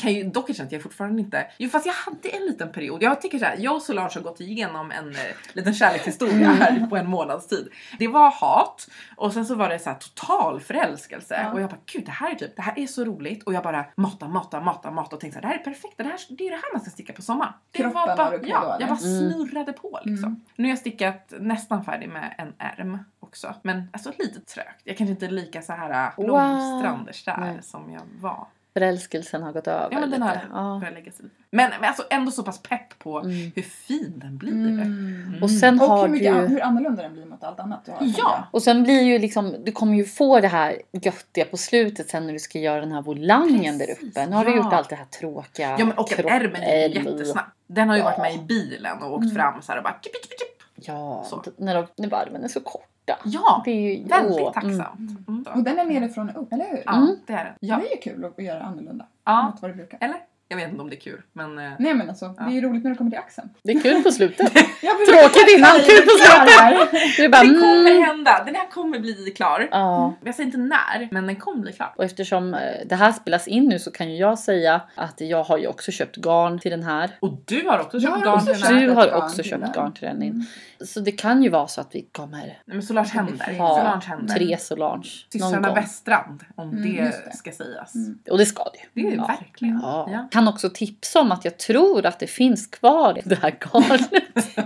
Speaker 3: Kan ju, dock känner jag fortfarande inte, jo fast jag hade en liten period, jag tycker såhär, jag och Solange har gått igenom en eh, liten kärlekshistoria
Speaker 1: Mm.
Speaker 3: här på en månads tid. Det var hat och sen så var det såhär total förälskelse
Speaker 1: Ja.
Speaker 3: och jag bara gud det här är typ, det här är så roligt och jag bara mata, mata, mata, mata och tänkte såhär det här är perfekt, det, här, det är det här man ska sticka på sommaren. Det
Speaker 1: Kroppen
Speaker 3: bara,
Speaker 1: var du på
Speaker 3: ja,
Speaker 1: då, eller?
Speaker 3: jag bara
Speaker 2: Mm.
Speaker 3: snurrade på liksom.
Speaker 1: Mm.
Speaker 3: Nu har jag stickat nästan färdig med en ärm också. Men alltså lite trögt. Jag kanske inte är lika så här äh,
Speaker 2: Wow.
Speaker 3: blomstrande kär
Speaker 2: Nej.
Speaker 3: som jag var.
Speaker 2: Förälskelsen har gått över
Speaker 3: Ja men den
Speaker 2: lite.
Speaker 3: här
Speaker 2: Ja.
Speaker 3: börjar lägga sig. Men, men alltså ändå så pass pepp på
Speaker 2: Mm.
Speaker 3: hur fin den blir.
Speaker 1: Mm.
Speaker 3: Mm.
Speaker 2: Och sen
Speaker 1: Och
Speaker 2: har
Speaker 1: hur, mycket, an-
Speaker 2: du...
Speaker 1: hur annorlunda den blir mot allt annat du har. tänker jag.
Speaker 3: Ja!
Speaker 2: Och sen blir ju liksom, du kommer ju få det här göttiga på slutet sen när du ska göra den här volangen där
Speaker 3: Precis,
Speaker 2: uppe. Nu har du
Speaker 3: ja.
Speaker 2: gjort allt det här tråkiga.
Speaker 3: Ja men och att
Speaker 2: kropp-
Speaker 3: ärmen gick ju
Speaker 2: ärm-
Speaker 3: jättesnabbt. Den har ju varit
Speaker 2: Ja.
Speaker 3: med i bilen och åkt
Speaker 1: Mm.
Speaker 3: fram så här och bara tjup, tjup, tjup.
Speaker 2: Ja,
Speaker 3: Så.
Speaker 2: d- när, de, när varven är så korta.
Speaker 3: Ja!
Speaker 2: Det är ju... åh,
Speaker 3: Väldigt
Speaker 2: mm.
Speaker 3: tacksamt. Mm.
Speaker 1: Och den är nerifrån och upp, eller hur?
Speaker 3: Ja
Speaker 2: Mm.
Speaker 3: det är den.
Speaker 1: Det
Speaker 3: Ja.
Speaker 1: är ju kul att göra annorlunda
Speaker 3: ja.
Speaker 1: mot vad du brukar.
Speaker 3: Eller? Jag vet inte om det är kul men... eh,
Speaker 2: Mm.
Speaker 1: Nej men alltså, det är ju roligt när du kommer till axeln.
Speaker 2: Det är kul på slutet.
Speaker 1: Jag vill-
Speaker 2: Tråkigt innan, kul på
Speaker 1: Här.
Speaker 2: slutet. Det är bara...
Speaker 3: Det kommer
Speaker 2: Mm.
Speaker 3: hända! Den här kommer bli klar.
Speaker 2: Ja.
Speaker 3: Jag säger inte när, men den kommer bli klar.
Speaker 2: Och eftersom eh, det här spelas in nu så kan ju jag säga att jag har ju också köpt garn till den här.
Speaker 3: Och du har också
Speaker 1: Jag
Speaker 3: köpt
Speaker 1: har
Speaker 3: garn
Speaker 1: också
Speaker 3: till den
Speaker 1: köpt-
Speaker 3: här.
Speaker 2: Du
Speaker 1: ett
Speaker 2: har
Speaker 1: garn
Speaker 2: också
Speaker 1: till den.
Speaker 2: köpt garn till den. In.
Speaker 1: Mm.
Speaker 2: Så det kan ju vara så att vi kommer
Speaker 3: Nej, men Solange händer.
Speaker 1: Ja,
Speaker 3: Solange händer.
Speaker 2: tre Solange någon
Speaker 3: Systrarna
Speaker 2: gång.
Speaker 3: Westrand, om
Speaker 1: Mm, just
Speaker 3: det,
Speaker 1: det.
Speaker 3: ska sägas.
Speaker 1: Mm.
Speaker 2: Och det ska det ju.
Speaker 3: Det är ju
Speaker 2: ja.
Speaker 3: verkligen.
Speaker 2: Ja.
Speaker 3: Ja.
Speaker 2: Kan också tipsa om att jag tror att det finns kvar det här garnet.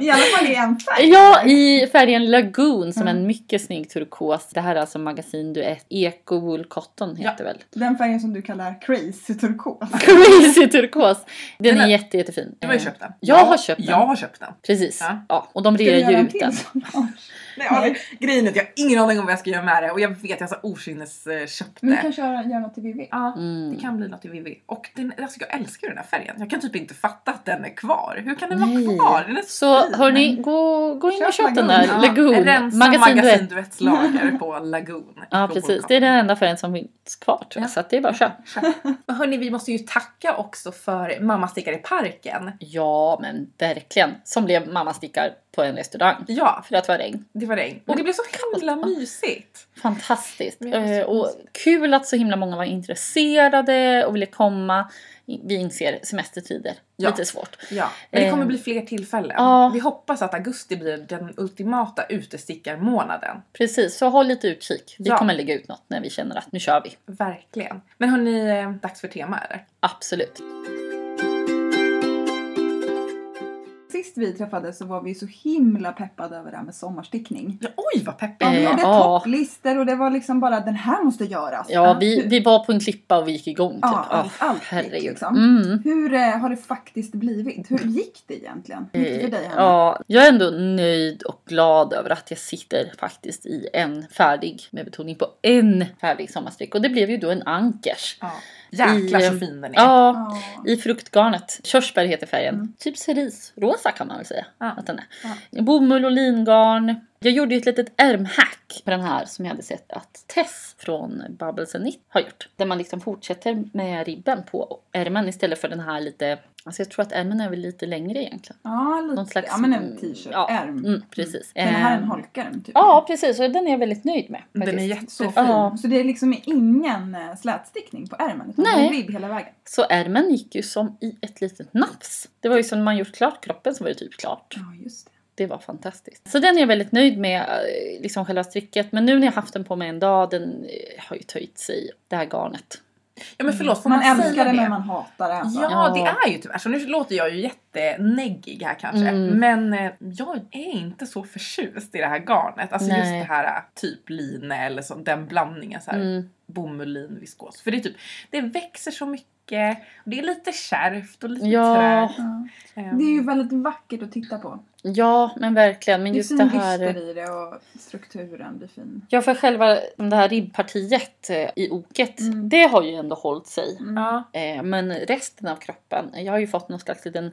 Speaker 1: I alla fall i en färg.
Speaker 2: ja, i färgen Lagoon som är
Speaker 1: Mm.
Speaker 2: en mycket snygg turkos. Det här är alltså magasin du är Eco Wool Cotton heter väl.
Speaker 1: Den färgen som du kallar crazy turkos.
Speaker 2: Crazy turkos. Den,
Speaker 3: Den
Speaker 2: är
Speaker 3: är-
Speaker 2: jätte, jättefin.
Speaker 3: Du har ju
Speaker 2: Eh,
Speaker 3: köpt den.
Speaker 2: jag har köpt den.
Speaker 3: Jag har köpt den.
Speaker 2: Precis.
Speaker 3: Ja.
Speaker 2: Ja. Och de
Speaker 1: Ska du
Speaker 2: rear
Speaker 1: göra
Speaker 2: ju
Speaker 1: en
Speaker 2: ut
Speaker 1: till
Speaker 2: den.
Speaker 1: sån? Ja.
Speaker 3: Nej,
Speaker 1: Nej.
Speaker 3: ja, grejen är att jag har ingen aning om vad jag ska göra med det och jag vet, jag så okynnes eh, köpt
Speaker 1: Men du
Speaker 3: det.
Speaker 1: kanske gör, gör något till VV.
Speaker 3: Ja,
Speaker 2: Mm.
Speaker 3: det kan bli något i VV. Och den, alltså, jag älskar ju den här färgen. Jag kan typ inte fatta att den är kvar. Hur kan den vara
Speaker 2: Nej.
Speaker 3: kvar? Den är
Speaker 2: Så
Speaker 3: fin.
Speaker 2: hörni, gå, gå in
Speaker 1: Köp
Speaker 2: och köp den
Speaker 1: Lagoon.
Speaker 2: där
Speaker 1: Ja,
Speaker 2: Lagoon.
Speaker 3: Rensa
Speaker 2: magasin Duett.
Speaker 3: magasinduettslager på Lagoon.
Speaker 2: Ja precis, det är den enda färgen som finns kvar tror jag.
Speaker 3: Ja.
Speaker 2: Så att det är bara att köpa.
Speaker 3: Men hörni, vi måste ju tacka också för Mamma stickar i parken.
Speaker 2: Ja men verkligen. Som blev mamma stickar på en restaurang.
Speaker 3: Ja,
Speaker 2: För att det var regn.
Speaker 3: det var regn. Och det blev så himla mysigt.
Speaker 2: Fantastiskt.
Speaker 3: Ja, så
Speaker 2: Eh, och kul att så himla många var intresserade och ville komma. Vi inser semestertider.
Speaker 3: Ja.
Speaker 2: Lite svårt.
Speaker 3: Ja. Men det kommer
Speaker 2: Eh.
Speaker 3: bli fler tillfällen.
Speaker 2: Ja.
Speaker 3: Vi hoppas att augusti blir den ultimata utestickarmånaden.
Speaker 2: Precis, så håll lite utkik. Vi
Speaker 3: Ja.
Speaker 2: kommer lägga ut något när vi känner att nu kör vi.
Speaker 3: Verkligen. Men hörni, eh, dags för tema eller?
Speaker 2: Absolut.
Speaker 1: Sist vi träffades så var vi så himla peppade över det här med sommarstickning.
Speaker 3: Ja, oj vad peppig
Speaker 1: Ja,
Speaker 2: Eh,
Speaker 1: vi gjorde
Speaker 2: ja.
Speaker 1: topplistor och det var liksom bara den här måste göras.
Speaker 2: Ja, vi, vi var på en klippa och vi gick igång typ.
Speaker 1: Ja,
Speaker 2: Ja,
Speaker 1: allt gick,
Speaker 2: herregud.
Speaker 1: liksom.
Speaker 2: Mm.
Speaker 1: Hur eh, har det faktiskt blivit? Hur gick det egentligen? Hur gick det för dig Hanna?
Speaker 2: Ja, jag är ändå nöjd och glad över att jag sitter faktiskt i en färdig, med betoning på en färdig sommarstrick. Och det blev ju då en ankers.
Speaker 3: Ja. Jäklar
Speaker 2: I,
Speaker 3: så
Speaker 2: eh,
Speaker 3: fin den är.
Speaker 2: Ja,
Speaker 1: Ja.
Speaker 2: i fruktgarnet. Körsbär heter färgen.
Speaker 1: Mm.
Speaker 2: Typ cerisrosa kan man väl säga
Speaker 3: Ja.
Speaker 2: att den är. Bomull och lingarn. Jag gjorde ju ett litet ärmhack på den här som jag hade sett att Tess från Bubbles and Knit har gjort. Där man liksom fortsätter med ribben på ärmen istället för den här lite, alltså jag tror att ärmen är väl lite längre egentligen.
Speaker 1: ja, lite.
Speaker 2: Någon slags-
Speaker 1: ja men en t-shirt,
Speaker 2: ja.
Speaker 1: ärm.
Speaker 2: Mm, precis.
Speaker 1: Den här är en
Speaker 2: Eh,
Speaker 1: holkärm typ.
Speaker 2: Ja, precis. Och den är jag väldigt nöjd med.
Speaker 3: Den är
Speaker 2: faktiskt.
Speaker 1: Så
Speaker 3: jättefin.
Speaker 1: fin.
Speaker 2: Ja.
Speaker 1: Så det är liksom ingen eh, slätstickning på ärmen utan
Speaker 2: Nej.
Speaker 1: en vibb hela vägen.
Speaker 2: Så ärmen gick ju som i ett litet nafs. Det var ju som när man gjort klart kroppen så var det typ klart.
Speaker 1: Ja, just det.
Speaker 2: Det var fantastiskt. Så den är jag väldigt nöjd med, eh, liksom själva stricket. Men nu när jag haft den på mig en dag, den eh, har ju töjt sig, det här garnet.
Speaker 3: Ja men förlåt, får
Speaker 1: Man,
Speaker 3: man,
Speaker 1: älskar
Speaker 3: säga
Speaker 1: det
Speaker 3: det?
Speaker 1: men man hatar det. Alltså.
Speaker 3: Ja,
Speaker 2: Ja.
Speaker 3: det är ju tyvärr så. Nu låter jag ju jätteneggig här kanske.
Speaker 2: Mm.
Speaker 3: Men eh, jag är inte så förtjust i det här garnet. Alltså just
Speaker 2: Nej.
Speaker 3: det här eh, typ line eller så, den blandningen så här
Speaker 2: Mm.
Speaker 3: bomull, lin, viskos. För det är typ, det växer så mycket. Och det är lite kärvt och lite
Speaker 2: Ja.
Speaker 3: trögt.
Speaker 1: Ja.
Speaker 3: Ehm,
Speaker 1: Det är ju väldigt vackert att titta på.
Speaker 2: Ja, men verkligen. Men
Speaker 1: Det är
Speaker 2: just det
Speaker 1: fin
Speaker 2: här...
Speaker 1: dyster i det och strukturen blir fin.
Speaker 2: Ja, för själva det här ribbpartiet eh, i oket,
Speaker 1: Mm.
Speaker 2: det har ju ändå hållit sig.
Speaker 1: Mm.
Speaker 3: Ja.
Speaker 2: Eh, Men resten av kroppen, jag har ju fått någon slags liten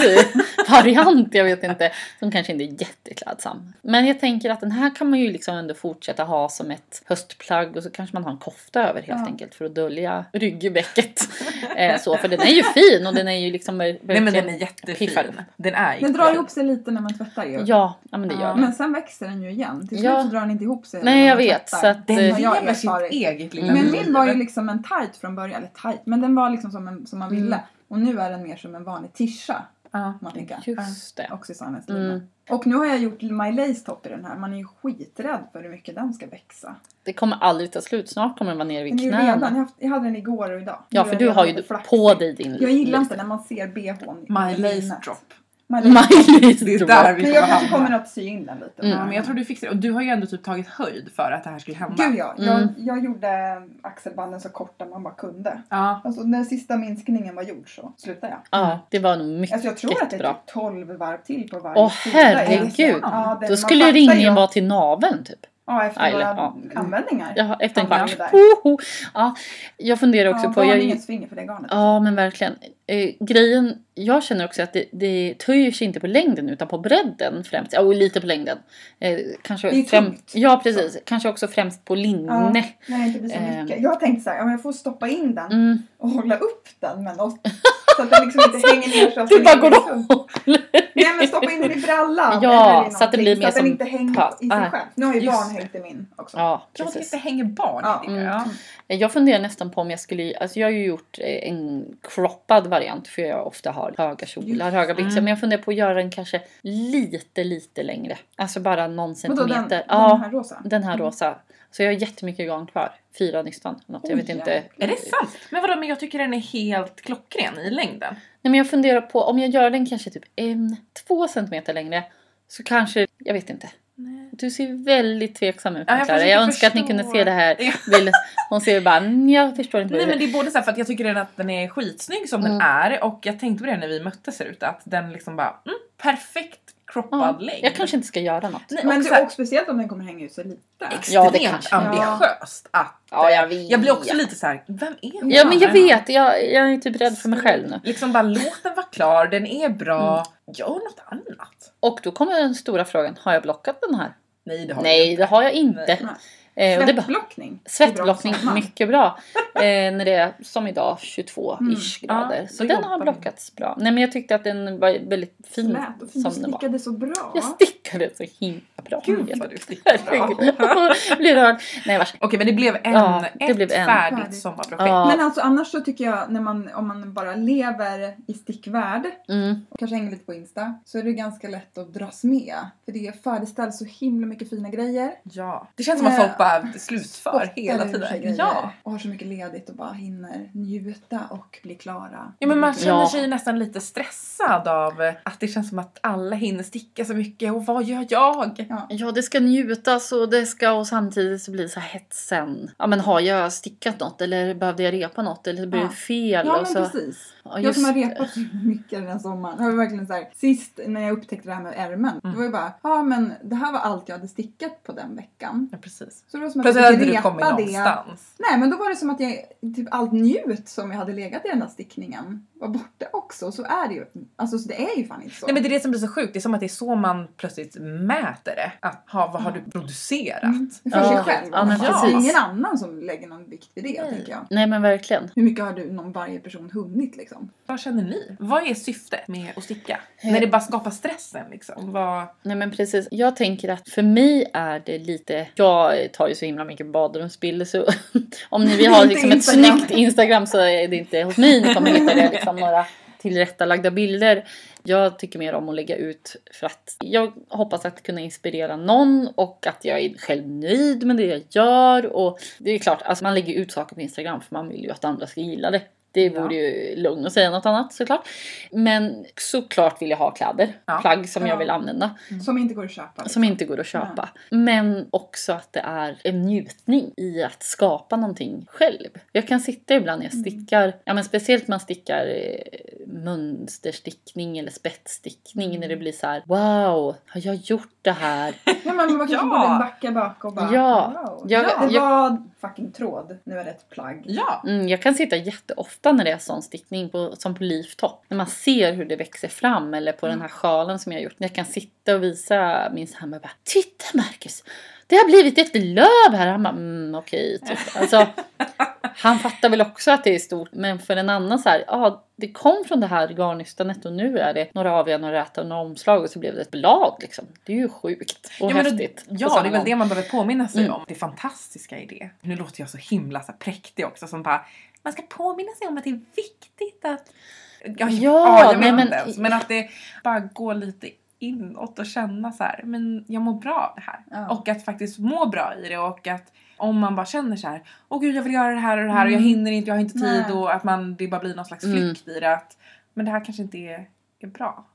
Speaker 2: ryggväx-variant, jag vet inte, som kanske inte är jätteklädsam. Men jag tänker att den här kan man ju liksom ändå fortsätta ha som ett höstplagg och så kanske man har en kofta över helt
Speaker 1: Ja.
Speaker 2: enkelt för att dölja ryggvecket. Eh, så, för den är ju fin och den är ju liksom ver-
Speaker 3: Nej men
Speaker 2: verkligen-
Speaker 3: den är
Speaker 2: piffar upp.
Speaker 3: jättefin. Den är
Speaker 1: Den
Speaker 3: jättefin.
Speaker 1: drar ihop sig lite när man tvättar ju.
Speaker 2: Ja, ja, men det gör
Speaker 3: Ja.
Speaker 2: den.
Speaker 1: Men sen växer den ju igen. Till slut
Speaker 2: Ja.
Speaker 1: så drar den inte ihop sig.
Speaker 2: Nej,
Speaker 1: när
Speaker 2: jag
Speaker 1: man
Speaker 2: vet,
Speaker 1: tvättar.
Speaker 2: så att- eh,
Speaker 3: Den
Speaker 2: Det är
Speaker 3: lever
Speaker 1: jag
Speaker 3: sitt
Speaker 1: erfarit.
Speaker 3: eget lilla
Speaker 2: Mm.
Speaker 1: Men min var ju
Speaker 3: liv.
Speaker 1: liksom en tight från början, eller tight, men den var liksom som, en, som man
Speaker 2: Mm.
Speaker 1: ville. Och nu är den mer som en vanlig tisha.
Speaker 3: Ja.
Speaker 1: Man tänker.
Speaker 2: Just det.
Speaker 1: Oxysanens
Speaker 2: Mm.
Speaker 1: linne. Och nu har jag gjort My Lace Top i den här. Man är ju skiträdd för hur mycket den ska växa.
Speaker 2: Det kommer aldrig ta slut, snart kommer den vara nere
Speaker 1: Den
Speaker 2: vid
Speaker 1: är ju redan, jag,
Speaker 2: knäna.
Speaker 1: har haft, jag hade den igår och idag.
Speaker 2: Ja,
Speaker 1: Nu
Speaker 2: för
Speaker 1: är
Speaker 2: du
Speaker 1: den
Speaker 2: har
Speaker 1: lite
Speaker 2: ju
Speaker 1: flaxig.
Speaker 2: på dig din
Speaker 1: Jag gillar inte när man ser bhn.
Speaker 3: My
Speaker 1: i
Speaker 3: lace
Speaker 1: linnet.
Speaker 3: drop.
Speaker 1: My lace drop.
Speaker 2: Majlis
Speaker 3: Det är där vi
Speaker 1: Men
Speaker 3: kommer
Speaker 1: jag kanske
Speaker 3: hamna.
Speaker 1: kommer att sy in den lite.
Speaker 2: Mm.
Speaker 3: Ja, men jag tror du fixar det. Och du har ju ändå typ tagit höjd för att det här skulle hända.
Speaker 1: Gud ja, jag,
Speaker 2: Mm.
Speaker 1: jag gjorde axelbanden så korta man bara kunde.
Speaker 3: Ja.
Speaker 1: Alltså när sista minskningen var gjord så slutade jag.
Speaker 2: Ja, det var nog mycket
Speaker 1: Alltså jag tror att det är
Speaker 2: bra.
Speaker 1: typ 12 varv till på varje
Speaker 2: Åh
Speaker 1: sida.
Speaker 2: herregud!
Speaker 1: Ja, det-
Speaker 2: Då
Speaker 1: man
Speaker 2: skulle
Speaker 1: fattar ju
Speaker 2: ringen
Speaker 1: att-
Speaker 2: vara till naveln typ.
Speaker 1: Ja, efter
Speaker 2: Eller,
Speaker 1: några
Speaker 2: ja.
Speaker 1: användningar.
Speaker 2: Ja, efter en
Speaker 1: Ja,
Speaker 2: kvart.
Speaker 1: det är där.
Speaker 2: Hoho. Ja, jag funderar också
Speaker 1: ja,
Speaker 2: på...
Speaker 1: Jag...
Speaker 2: Jag,
Speaker 1: inget svinger för det garnet.
Speaker 2: ja men verkligen. Eh, grejen, jag känner också att det, det töjer sig inte på längden utan på bredden främst. Ja, och lite på längden. Eh, kanske
Speaker 1: Det är tungt.
Speaker 2: Ja precis, kanske också främst på linne.
Speaker 1: När det inte blir så
Speaker 2: Ehm.
Speaker 1: mycket. Jag tänkte så här, ja, men jag får stoppa in den
Speaker 2: Mm.
Speaker 1: och hålla upp den med något. Så att den liksom inte hänger ner. Så att
Speaker 2: Du
Speaker 1: den
Speaker 2: bara
Speaker 1: inte
Speaker 2: går
Speaker 1: blir sund.
Speaker 2: och
Speaker 1: Nej men stoppa in den i brallan.
Speaker 2: Ja,
Speaker 1: eller i
Speaker 2: så att det blir
Speaker 1: någonting,
Speaker 2: mer
Speaker 1: så att
Speaker 2: som
Speaker 1: den inte hänger
Speaker 2: papp.
Speaker 1: i sig
Speaker 2: Ah,
Speaker 1: själv. Nu har ju
Speaker 3: just
Speaker 1: barn
Speaker 3: det.
Speaker 1: hängt i min också.
Speaker 2: Ja,
Speaker 3: Jag att det
Speaker 2: precis.
Speaker 3: inte typ hänger barn
Speaker 1: Ja.
Speaker 3: i det.
Speaker 2: Mm.
Speaker 3: Ja.
Speaker 2: Jag funderar nästan på om jag skulle, alltså jag har ju gjort eh, en croppad variant för jag ofta har höga kjolar,
Speaker 1: Just.
Speaker 2: höga byxor.
Speaker 3: Mm.
Speaker 2: Men jag funderar på att göra den kanske lite, lite längre. Alltså bara någon
Speaker 1: Vadå
Speaker 2: centimeter.
Speaker 1: den, den
Speaker 2: ja,
Speaker 1: här rosa?
Speaker 2: den
Speaker 3: Mm.
Speaker 2: här rosa. Så jag har jättemycket garn kvar. Fyra nystan. eller Något. Jag
Speaker 1: Oj,
Speaker 2: vet inte.
Speaker 3: Är det sant? Men vadå, men jag tycker den är helt klockren i längden.
Speaker 2: Nej men jag funderar på om jag gör den kanske typ en, två centimeter längre. Så kanske, jag vet inte. Du ser väldigt tveksam ut
Speaker 3: Ja, jag
Speaker 2: Clara. Jag, önskar
Speaker 3: försöker
Speaker 2: att ni
Speaker 3: förstå.
Speaker 2: kunde se det här.
Speaker 3: Ja.
Speaker 2: bilden. Hon ser bara, "Mm, jag förstår inte. vad
Speaker 3: Nej
Speaker 2: du
Speaker 3: men det är både så här för att jag tycker redan att den är skitsnygg som den
Speaker 2: Mm.
Speaker 3: är och jag tänkte på det när vi möttes förut att den liksom bara mm, perfekt croppad
Speaker 2: Ja,
Speaker 3: längd.
Speaker 2: jag kanske inte ska göra något.
Speaker 3: Nej,
Speaker 1: Men
Speaker 3: och
Speaker 1: det
Speaker 3: så här,
Speaker 1: är också speciellt om den kommer hänga ut sig lite.
Speaker 3: extremt
Speaker 2: Ja, det kanske.
Speaker 3: ambitiöst att...
Speaker 2: Ja, jag vet.
Speaker 3: jag blir också lite så här, vem är hon?
Speaker 2: Ja men jag vet, jag, jag är typ rädd för mig själv nu.
Speaker 3: Liksom bara låt den vara klar, den är bra,
Speaker 2: Mm.
Speaker 3: gör något annat.
Speaker 2: Och då kommer den stora frågan, har jag blockat den här?
Speaker 3: Nej det har
Speaker 2: Nej det har jag inte.
Speaker 1: Nej.
Speaker 2: Eh, och det är bara-
Speaker 1: Svettblockning.
Speaker 2: Svettblockning,
Speaker 1: Det är bra för sommaren.
Speaker 2: mycket bra. Eh, när det är som idag 22-ish
Speaker 3: Mm. Ja,
Speaker 2: grader. så
Speaker 3: då
Speaker 2: den
Speaker 3: jobbar
Speaker 2: har
Speaker 3: vi.
Speaker 2: blockats bra. Nej men jag tyckte att den var väldigt fin
Speaker 1: Slät och fin. Du
Speaker 2: som den var.
Speaker 1: stickade så bra.
Speaker 2: Jag stickade så himla bra.
Speaker 3: Gud vad du stickar bra.
Speaker 2: Herregud. Blir rörd. Nej vars.
Speaker 3: Okej men det blev en,
Speaker 2: Ja, det
Speaker 3: ett
Speaker 2: blev en.
Speaker 3: färdigt
Speaker 1: Färdigt.
Speaker 3: sommarprojekt.
Speaker 2: Ja.
Speaker 1: Men alltså annars så tycker jag när man, om man bara lever i stickvärld
Speaker 2: Mm.
Speaker 1: och kanske hänger lite på Insta så är det ganska lätt att dras med. För det är färdigställt så himla mycket fina grejer.
Speaker 3: Ja. Det känns som att folk bara slutför
Speaker 1: Spottar
Speaker 3: hela
Speaker 1: ur sig
Speaker 3: tiden.
Speaker 1: grejer
Speaker 3: Ja.
Speaker 1: Och har så mycket ledigt och bara hinner njuta och bli klara.
Speaker 3: Ja men man känner
Speaker 2: Ja.
Speaker 3: sig nästan lite stressad av att det känns som att alla hinner sticka så mycket och vad gör jag?
Speaker 2: Ja det ska njutas och det ska och samtidigt så blir det så här hetsen. Ja men har jag stickat något eller behövde jag repa något eller blev det
Speaker 1: Ja.
Speaker 2: fel?
Speaker 1: Ja
Speaker 2: och
Speaker 3: Alltså,
Speaker 1: men
Speaker 2: så...
Speaker 1: precis.
Speaker 2: Ja,
Speaker 1: jag som har
Speaker 2: just det.
Speaker 1: repat så mycket den här sommaren. Det var verkligen så här, sist när jag upptäckte det här med ärmen.
Speaker 3: Mm.
Speaker 1: Det var ju bara, ja men det här var allt jag hade stickat på den veckan.
Speaker 3: Ja precis.
Speaker 1: Så det var som att
Speaker 3: Plötsligt
Speaker 1: jag
Speaker 3: hade
Speaker 1: fick
Speaker 3: du
Speaker 1: repa
Speaker 3: kommit
Speaker 1: det.
Speaker 3: någonstans.
Speaker 1: Nej men då var det som att jag, typ allt njut som jag hade legat i den där stickningen var borta också. Så är det ju. Alltså så det är ju fan inte så.
Speaker 3: Nej men det är det som blir så sjukt, det är som att det är så man plötsligt mäter det. Att, ha, vad har du producerat?
Speaker 1: Mm. Det är för
Speaker 2: Ja.
Speaker 1: sig själv.
Speaker 2: Ja, men
Speaker 1: alltså, det är
Speaker 3: precis.
Speaker 1: ingen annan som lägger någon vikt vid det
Speaker 3: Nej.
Speaker 1: tänker jag.
Speaker 2: Nej men verkligen.
Speaker 1: Hur mycket har du någon varje person hunnit liksom?
Speaker 3: Vad känner ni? Vad är syftet med att sticka?
Speaker 2: Eh.
Speaker 3: När det bara skapar stressen liksom. Vad...
Speaker 2: Nej men precis. Jag tänker att för mig är det lite... Jag tar ju så himla mycket badrumsbilder så om ni vill ha
Speaker 1: Inte
Speaker 2: liksom ett
Speaker 1: Instagram.
Speaker 2: snyggt Instagram så är det inte hos mig ni kommer hitta det. Liksom några tillrättalagda bilder. Jag tycker mer om att lägga ut för att jag hoppas att kunna inspirera någon och att jag är själv nöjd med det jag gör. Och det är klart, alltså man lägger ut saker på Instagram för man vill ju att andra ska gilla det. Det
Speaker 3: Ja.
Speaker 2: vore ju lugn att säga något annat såklart. Men såklart vill jag ha kläder,
Speaker 3: Ja.
Speaker 2: plagg som jag
Speaker 1: Ja.
Speaker 2: vill använda.
Speaker 1: Som inte går att köpa. liksom.
Speaker 2: Som inte går att köpa. Men också att det är en njutning i att skapa någonting själv. Jag kan sitta ibland när jag stickar, ja men speciellt när man stickar eh, mönsterstickning eller spetsstickning när det blir så här: wow, har jag gjort det här?
Speaker 1: Ja, men man kanske
Speaker 3: Ja.
Speaker 1: borde backa bak och bara
Speaker 2: Ja.
Speaker 1: wow.
Speaker 2: Jag-
Speaker 1: Det
Speaker 2: jag-
Speaker 1: var fucking tråd. Nu är det ett plagg.
Speaker 3: Ja,
Speaker 2: Mm, jag kan sitta jätteofta när det är sån stickning på, som på leaftop. När man ser hur det växer fram eller på
Speaker 3: Mm.
Speaker 2: den här sjalen som jag har gjort. När jag kan sitta och visa min sambo bara Titta Marcus! Det har blivit ett löv här! Han bara mm, okej. typ. Alltså, han fattar väl också att det är stort men för en annan så här, ja det kom från det här garnnystanet och nu är det några aviga, några räta och några omslag och så blev det ett blad liksom. Det är ju sjukt och
Speaker 3: ja, men
Speaker 2: häftigt.
Speaker 3: Det, ja
Speaker 2: Och så
Speaker 3: det är väl det man behöver påminna sig
Speaker 2: Mm.
Speaker 3: om. Det är fantastiska idé. Nu låter jag så himla så här, präktig också som bara, man ska påminna sig om att det är viktigt att... Ja,
Speaker 2: Ja,
Speaker 3: jag
Speaker 2: nej,
Speaker 3: vet
Speaker 2: men-
Speaker 3: inte ens. Men att det bara går lite inåt och känna så här, men jag mår bra av det här.
Speaker 1: Ja.
Speaker 3: Och att faktiskt må bra i det och att om man bara känner så här, åh gud jag vill göra det här och det här och jag
Speaker 1: Mm.
Speaker 3: hinner inte, jag har inte tid
Speaker 1: Nej.
Speaker 3: och att man, det bara blir någon slags
Speaker 2: Mm.
Speaker 3: flykt i det att, men det här kanske inte är, är bra.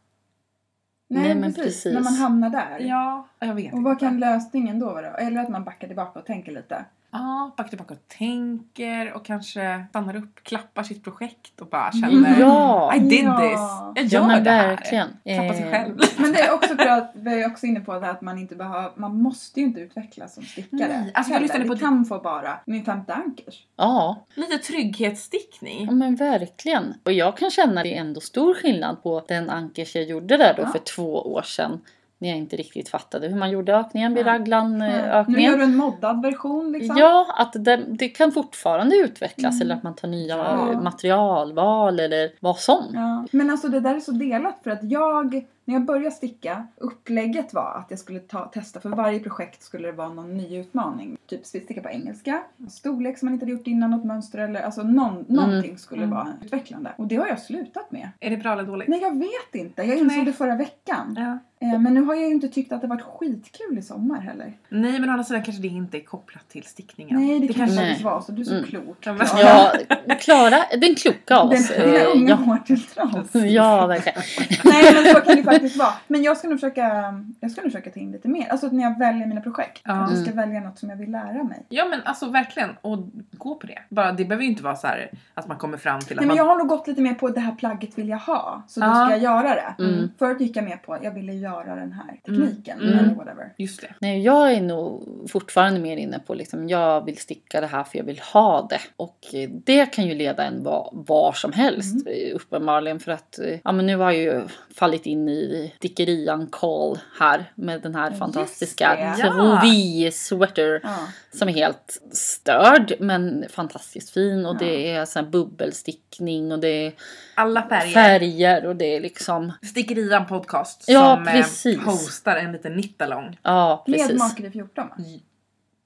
Speaker 1: Nej,
Speaker 2: Nej, men
Speaker 1: men precis.
Speaker 2: precis.
Speaker 1: När man hamnar där.
Speaker 3: Ja, jag vet
Speaker 1: Och vad kan lösningen då vara? Eller att man backar tillbaka och tänker lite.
Speaker 3: Ja, backar tillbaka och tänker och kanske stannar upp, klappar sitt projekt och bara
Speaker 1: Mm.
Speaker 3: känner
Speaker 2: Ja.
Speaker 3: I did
Speaker 1: Ja.
Speaker 3: this! Jag gör
Speaker 2: ja, men
Speaker 3: det här!
Speaker 2: verkligen.
Speaker 3: Klappar sig
Speaker 2: Eh,
Speaker 3: själv.
Speaker 1: Men det är också bra att vi är också inne på det att man inte behöver, man måste ju inte utvecklas som stickare.
Speaker 3: Nej, alltså jag
Speaker 1: Heller.
Speaker 3: lyssnade på
Speaker 1: det kan få bara min femte ankers.
Speaker 2: Ja.
Speaker 3: Lite trygghetsstickning.
Speaker 2: Ja men verkligen. Och jag kan känna det är ändå stor skillnad på den ankers jag gjorde där då
Speaker 1: Ja.
Speaker 2: för två år sedan. När jag inte riktigt fattade hur man gjorde ökningen vid
Speaker 3: Ja.
Speaker 1: Ja. Nu
Speaker 2: raglanökningen.
Speaker 1: gör du en moddad version liksom.
Speaker 2: Ja, att det, det kan fortfarande utvecklas
Speaker 1: Mm.
Speaker 2: eller att man tar nya
Speaker 3: Ja.
Speaker 2: eh, materialval eller vad som.
Speaker 1: Ja. Men alltså det där är så delat för att jag, när jag började sticka, upplägget var att jag skulle ta, testa, för varje projekt skulle det vara någon ny utmaning. Typ sticka på engelska, storlek som man inte hade gjort innan, något mönster eller alltså någon, någonting skulle
Speaker 3: Mm.
Speaker 1: vara utvecklande. Och det har jag slutat med.
Speaker 3: Är det bra eller dåligt?
Speaker 1: Nej jag vet inte, jag insåg
Speaker 3: Nej.
Speaker 1: det förra veckan.
Speaker 3: Ja.
Speaker 1: Eh, Men nu har jag ju inte tyckt att det varit skitkul i sommar heller.
Speaker 3: Nej, men å andra sidan kanske det inte är kopplat till stickningen.
Speaker 1: Nej, det, kanske
Speaker 2: Nej.
Speaker 1: inte var så. Du är så
Speaker 2: Mm.
Speaker 1: klok.
Speaker 3: Ja, men-
Speaker 2: Ja, Klara, den kloka av
Speaker 1: Den
Speaker 2: oss.
Speaker 1: den där
Speaker 2: eh,
Speaker 1: ungen
Speaker 2: ja.
Speaker 1: går till trans.
Speaker 2: ja, verkligen.
Speaker 1: Nej men så kan det faktiskt vara. Men jag ska nog försöka, jag ska nog försöka ta in lite mer. Alltså att när jag väljer mina projekt.
Speaker 3: Ja.
Speaker 1: Att jag
Speaker 2: Mm.
Speaker 1: ska välja något som jag vill lära mig.
Speaker 3: Ja men alltså verkligen, och gå på det. Bara, det behöver ju inte vara så här att man kommer fram till att
Speaker 1: Nej, men
Speaker 3: man...
Speaker 1: jag har nog gått lite mer på det här plagget vill jag ha. Så då
Speaker 3: Ja.
Speaker 1: ska jag göra det.
Speaker 2: Mm.
Speaker 1: Förut gick jag mer på jag ville göra den här tekniken.
Speaker 3: Mm.
Speaker 1: Eller whatever.
Speaker 3: Just det.
Speaker 2: Nej, jag är nog fortfarande mer inne på liksom, jag vill sticka det här för jag vill ha det. Och eh, det kan ju leda en var, var som
Speaker 1: Mm.
Speaker 2: helst eh, uppenbarligen. För att eh, ja, men nu har jag ju fallit in i stickerian call här med den här
Speaker 1: Just
Speaker 2: fantastiska
Speaker 1: det.
Speaker 3: Ja.
Speaker 2: Trovi sweater
Speaker 1: Ja.
Speaker 2: som är helt störd men fantastiskt fin. Och
Speaker 1: Ja.
Speaker 2: det är sån här bubbelstickning och det är
Speaker 3: Alla färger.
Speaker 2: färger och det är liksom,
Speaker 3: Stickerian podcast
Speaker 2: Ja,
Speaker 3: som eh,
Speaker 2: precis.
Speaker 3: postar en liten nittalong.
Speaker 2: ja precis.
Speaker 1: Med Makare 14 va?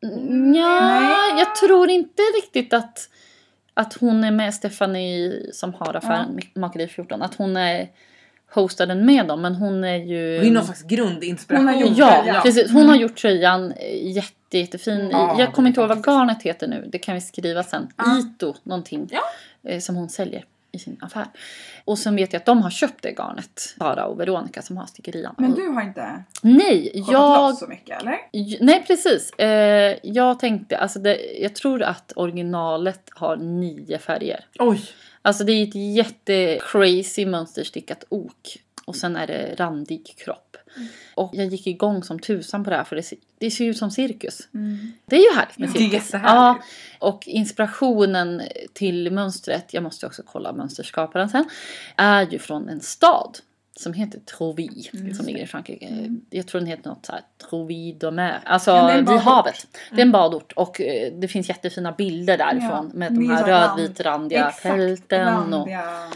Speaker 2: Mm, Ja,
Speaker 1: Nej.
Speaker 2: jag tror inte riktigt att, att hon är med Stephanie som har affären ja. Makeri 14. Att hon är hostar den med dem. Men hon är ju...
Speaker 3: Det är någon slags grundinspiration.
Speaker 1: Hon har gjort
Speaker 2: Mm. ja,
Speaker 1: tröja.
Speaker 2: precis. Hon har gjort tröjan eh, jätte, jättefin. i-
Speaker 3: Ja,
Speaker 2: jag kommer inte ihåg vad
Speaker 3: fantastiskt.
Speaker 2: garnet heter nu. Det kan vi skriva sen.
Speaker 3: Ja.
Speaker 2: Ito någonting.
Speaker 3: Ja.
Speaker 2: eh, Som hon säljer i sin affär. Och sen vet jag att de har köpt det garnet. Sara och Veronica som har stickerian.
Speaker 1: Men
Speaker 2: Och-
Speaker 1: du har inte
Speaker 2: Nej,
Speaker 1: kollat
Speaker 2: jag
Speaker 1: loss så mycket eller?
Speaker 2: J- Nej precis. Eh, jag tänkte, alltså det, jag tror att originalet har nio färger.
Speaker 3: Oj!
Speaker 2: Alltså det är ett jätte crazy mönsterstickat ok. Och sen är det randig kropp. Och jag gick igång som tusan på det här för det ser, det ser ju ut som cirkus.
Speaker 1: Mm.
Speaker 2: Det är ju härligt med
Speaker 3: Det är
Speaker 2: cirkus.
Speaker 3: jättehärligt.
Speaker 2: Ja, och inspirationen till mönstret, jag måste också kolla mönsterskaparen sen, är ju från en stad som heter Trovi
Speaker 1: Mm.
Speaker 2: som ligger i Frankrike.
Speaker 1: Mm.
Speaker 2: Jag tror den heter något såhär Trovi de Mer. Alltså
Speaker 1: Ja, det är en
Speaker 2: vid
Speaker 1: badort. Mm.
Speaker 2: havet. Det är en badort och eh, det finns jättefina bilder därifrån
Speaker 1: Ja,
Speaker 2: med
Speaker 1: det
Speaker 2: de
Speaker 1: är
Speaker 2: här
Speaker 1: så här rand-
Speaker 2: rödvitrandiga tälten och
Speaker 1: randiga-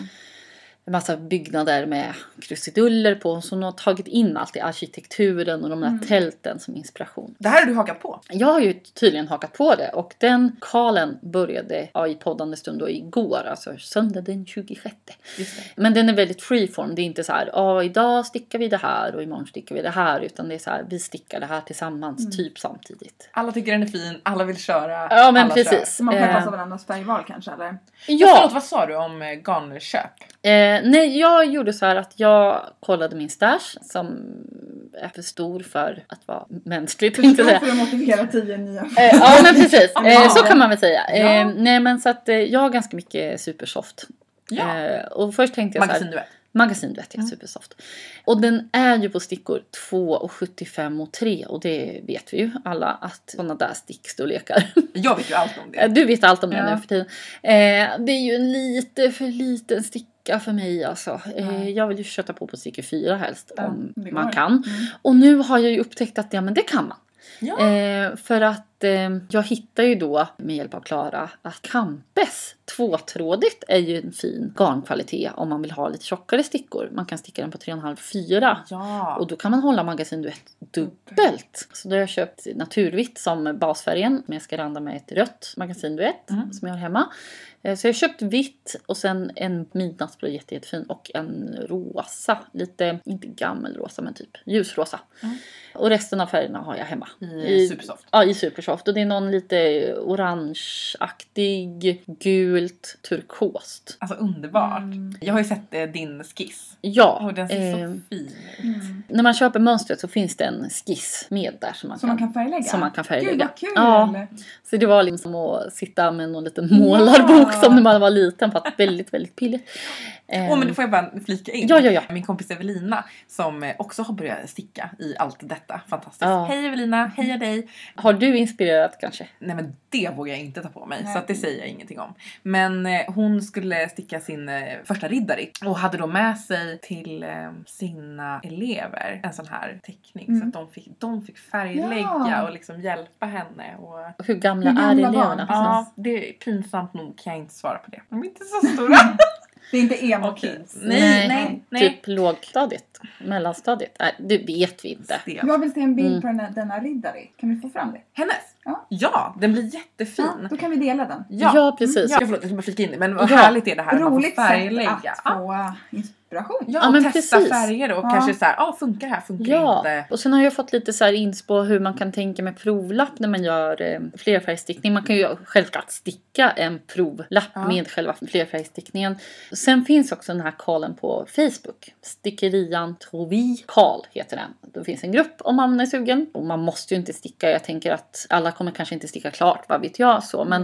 Speaker 2: en massa byggnader med krusiduller på. Så de har tagit in allt i arkitekturen och de där
Speaker 1: Mm.
Speaker 2: tälten som inspiration.
Speaker 3: Det här har du hakat på.
Speaker 2: Jag har ju tydligen hakat på det och den kalen började ja, i poddande stund då igår, alltså söndag den 26.
Speaker 3: Just det.
Speaker 2: Men den är väldigt freeform, det är inte så här ja idag stickar vi det här och imorgon stickar vi det här utan det är så här vi stickar det här tillsammans
Speaker 1: Mm.
Speaker 2: typ samtidigt.
Speaker 3: Alla tycker den är fin, alla vill köra.
Speaker 2: Ja men
Speaker 3: alla
Speaker 2: precis.
Speaker 1: Så man kan
Speaker 2: Eh,
Speaker 1: passa varandras färgval kanske eller?
Speaker 3: Ja.
Speaker 2: ja,
Speaker 3: Förlåt, vad sa du om eh, garnköp?
Speaker 2: eh, nej jag gjorde så här att jag kollade min stash som är för stor för att vara mänsklig tänkte jag
Speaker 1: Förstå
Speaker 2: säga.
Speaker 1: för att motivera tio nya. Mm.
Speaker 2: Eh, ja men precis,
Speaker 3: Ja.
Speaker 2: eh, så kan man väl säga. Eh,
Speaker 3: Ja.
Speaker 2: nej men så att eh, jag har ganska mycket supersoft.
Speaker 3: Ja.
Speaker 2: Eh, och först tänkte jag så här,
Speaker 3: Magasinduett.
Speaker 2: Magasinduett, ja.
Speaker 1: Mm.
Speaker 2: Supersoft. Och den är ju på stickor 2,75 och 3 och det vet vi ju alla att sådana där stickstorlekar.
Speaker 3: Jag vet ju allt om
Speaker 2: Eh,
Speaker 3: det.
Speaker 2: Du vet allt om det
Speaker 1: Ja.
Speaker 2: nu för tiden. Eh, det är ju en lite för liten sticka för mig alltså. Eh,
Speaker 1: Mm.
Speaker 2: jag vill ju köta på på stickor 4 helst
Speaker 1: Ja,
Speaker 2: om
Speaker 1: det går.
Speaker 2: man kan.
Speaker 1: Mm.
Speaker 2: Och nu har jag ju upptäckt att ja, men det kan man.
Speaker 3: Ja.
Speaker 2: Eh, för att eh, jag hittar ju då med hjälp av Klara att Campes tvåtrådigt är ju en fin garnkvalitet om man vill ha lite tjockare stickor. Man kan sticka den på 3,5-4
Speaker 3: Ja.
Speaker 2: och då kan man hålla magasinduett dubbelt. Så då har jag köpt naturvitt som basfärgen men jag ska randa med ett rött magasinduett
Speaker 3: Mm.
Speaker 2: som jag har hemma. Eh, Så jag har köpt vitt och sen en midnattsblå jätte, jättefin och en rosa. Lite, inte gammelrosa men typ ljusrosa.
Speaker 3: Mm.
Speaker 2: Och resten av färgerna har jag hemma.
Speaker 3: I Supersoft.
Speaker 2: Ja, i Supersoft. Och det är någon lite orangeaktig, gult, turkost.
Speaker 3: Alltså underbart.
Speaker 1: Mm.
Speaker 3: Jag har ju sett eh, din skiss.
Speaker 2: Ja.
Speaker 3: Och den ser
Speaker 2: eh,
Speaker 3: så fin ut.
Speaker 1: Mm.
Speaker 2: när man köper mönstret så finns det en skiss med där som man,
Speaker 1: Som
Speaker 2: kan,
Speaker 1: man kan färglägga?
Speaker 2: som man kan färglägga.
Speaker 1: Gud vad kul!
Speaker 2: Ja. Så det var liksom som att sitta med någon liten målarbok
Speaker 1: Ja.
Speaker 2: som när man var liten. För att väldigt, väldigt pilligt. Eh,
Speaker 3: Åh men då får jag bara flika in.
Speaker 2: Ja, ja, ja.
Speaker 3: Min kompis Evelina som eh, också har börjat sticka i allt detta. Fantastiskt.
Speaker 2: Ja.
Speaker 3: Hej Evelina, heja dig.
Speaker 2: Eh, Har du inspirerat kanske?
Speaker 3: Nej men det vågar jag inte ta på mig
Speaker 1: Nej.
Speaker 3: så att det säger jag ingenting om. Men eh, hon skulle sticka sin eh, första riddare och hade då med sig till eh, sina elever en sån här teckning så
Speaker 1: Mm.
Speaker 3: att de fick, de fick färglägga
Speaker 1: Ja.
Speaker 3: och liksom hjälpa henne. Och,
Speaker 2: Hur gamla
Speaker 1: Hur
Speaker 2: är
Speaker 1: gamla
Speaker 2: eleverna?
Speaker 1: barn?
Speaker 3: ja, det är pinsamt nog kan jag inte svara på det. De är inte så stora.
Speaker 1: Det är inte emo
Speaker 3: Okej.
Speaker 1: kids.
Speaker 3: Nej, nej, nej.
Speaker 2: Typ lågstadiet? Mellanstadiet? Nej, det vet vi inte.
Speaker 3: Stelt.
Speaker 1: Jag vill se en bild
Speaker 2: Mm.
Speaker 1: på den här, denna riddare. Kan vi få fram det?
Speaker 3: Hennes!
Speaker 1: Ja.
Speaker 3: Ja, den blir
Speaker 1: Ja,
Speaker 3: jättefin.
Speaker 1: då kan vi dela den.
Speaker 2: Ja, precis.
Speaker 3: Ja, förlåt, jag ska bara flika in det. Men vad
Speaker 2: Ja.
Speaker 3: härligt är det här man får
Speaker 1: Roligt sätt
Speaker 3: färglägga.
Speaker 1: att
Speaker 3: Ja.
Speaker 1: få eh, inspiration.
Speaker 3: Ja,
Speaker 2: Ja,
Speaker 3: och
Speaker 2: men
Speaker 3: testa
Speaker 2: precis.
Speaker 3: färger och
Speaker 1: Ja.
Speaker 3: kanske så här, ja funkar det här, funkar det
Speaker 2: Ja,
Speaker 3: inte.
Speaker 2: och sen har jag fått lite så här inspo hur man kan tänka med provlapp när man gör eh, flerfärgstickning. Man kan ju självklart sticka en provlapp
Speaker 3: Ja.
Speaker 2: med själva flerfärgstickningen. Sen finns också den här kallen på Facebook. Stickerian Trovi Karl heter den. Då finns en grupp om man är sugen. Och man måste ju inte sticka. Jag tänker att alla kommer kanske inte sticka klart, vad vet jag. så. Men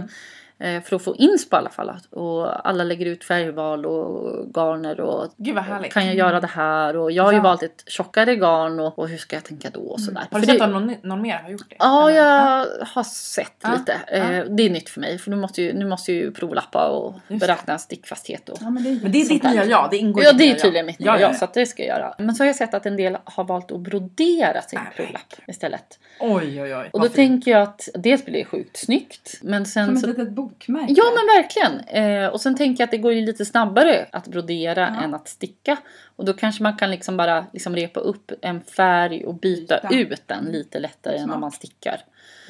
Speaker 3: Mm.
Speaker 2: eh, för att få inspo i alla fall. Att- Och alla lägger ut färgval och garner och
Speaker 3: Gud vad härligt.
Speaker 2: kan
Speaker 3: Mm.
Speaker 2: jag göra det här? Och jag har ju
Speaker 3: Ja. Mm.
Speaker 2: valt ett tjockare garn och, och hur ska jag tänka då? Och sådär.
Speaker 3: Har du
Speaker 2: För
Speaker 3: sett
Speaker 2: det-
Speaker 3: om någon, någon mer har gjort det?
Speaker 2: Ja,
Speaker 3: Eller?
Speaker 2: jag har sett
Speaker 3: Ja,
Speaker 2: lite.
Speaker 3: ja.
Speaker 2: Eh, Det är nytt för mig för nu måste ju, nu måste jag ju provlappa och
Speaker 3: det.
Speaker 2: beräkna stickfasthet. Och,
Speaker 1: Ja, men det är ju
Speaker 3: Men det är
Speaker 1: sånt
Speaker 3: ditt
Speaker 1: där.
Speaker 3: nya jag, det ingår
Speaker 2: ja,
Speaker 3: i
Speaker 2: det är
Speaker 3: nya
Speaker 2: tydligen mitt
Speaker 3: Ja,
Speaker 2: nya
Speaker 3: ja,
Speaker 2: jag så att det ska jag göra. Men så har jag sett att en del har valt att brodera sin
Speaker 3: Nej, men
Speaker 2: provlapp istället.
Speaker 3: Oj, oj, oj.
Speaker 2: Och då
Speaker 3: vad fint.
Speaker 2: tänker jag att dels blir det sjukt snyggt men sen
Speaker 1: Som
Speaker 2: så
Speaker 1: ett litet bokmärke.
Speaker 2: Ja men verkligen! Eh, och sen tänker jag att det går ju lite snabbare att brodera
Speaker 1: Ja.
Speaker 2: än att sticka. Och då kanske man kan liksom bara liksom repa upp en färg och byta
Speaker 1: Byta.
Speaker 2: ut den lite lättare än
Speaker 1: Smart.
Speaker 2: om man stickar.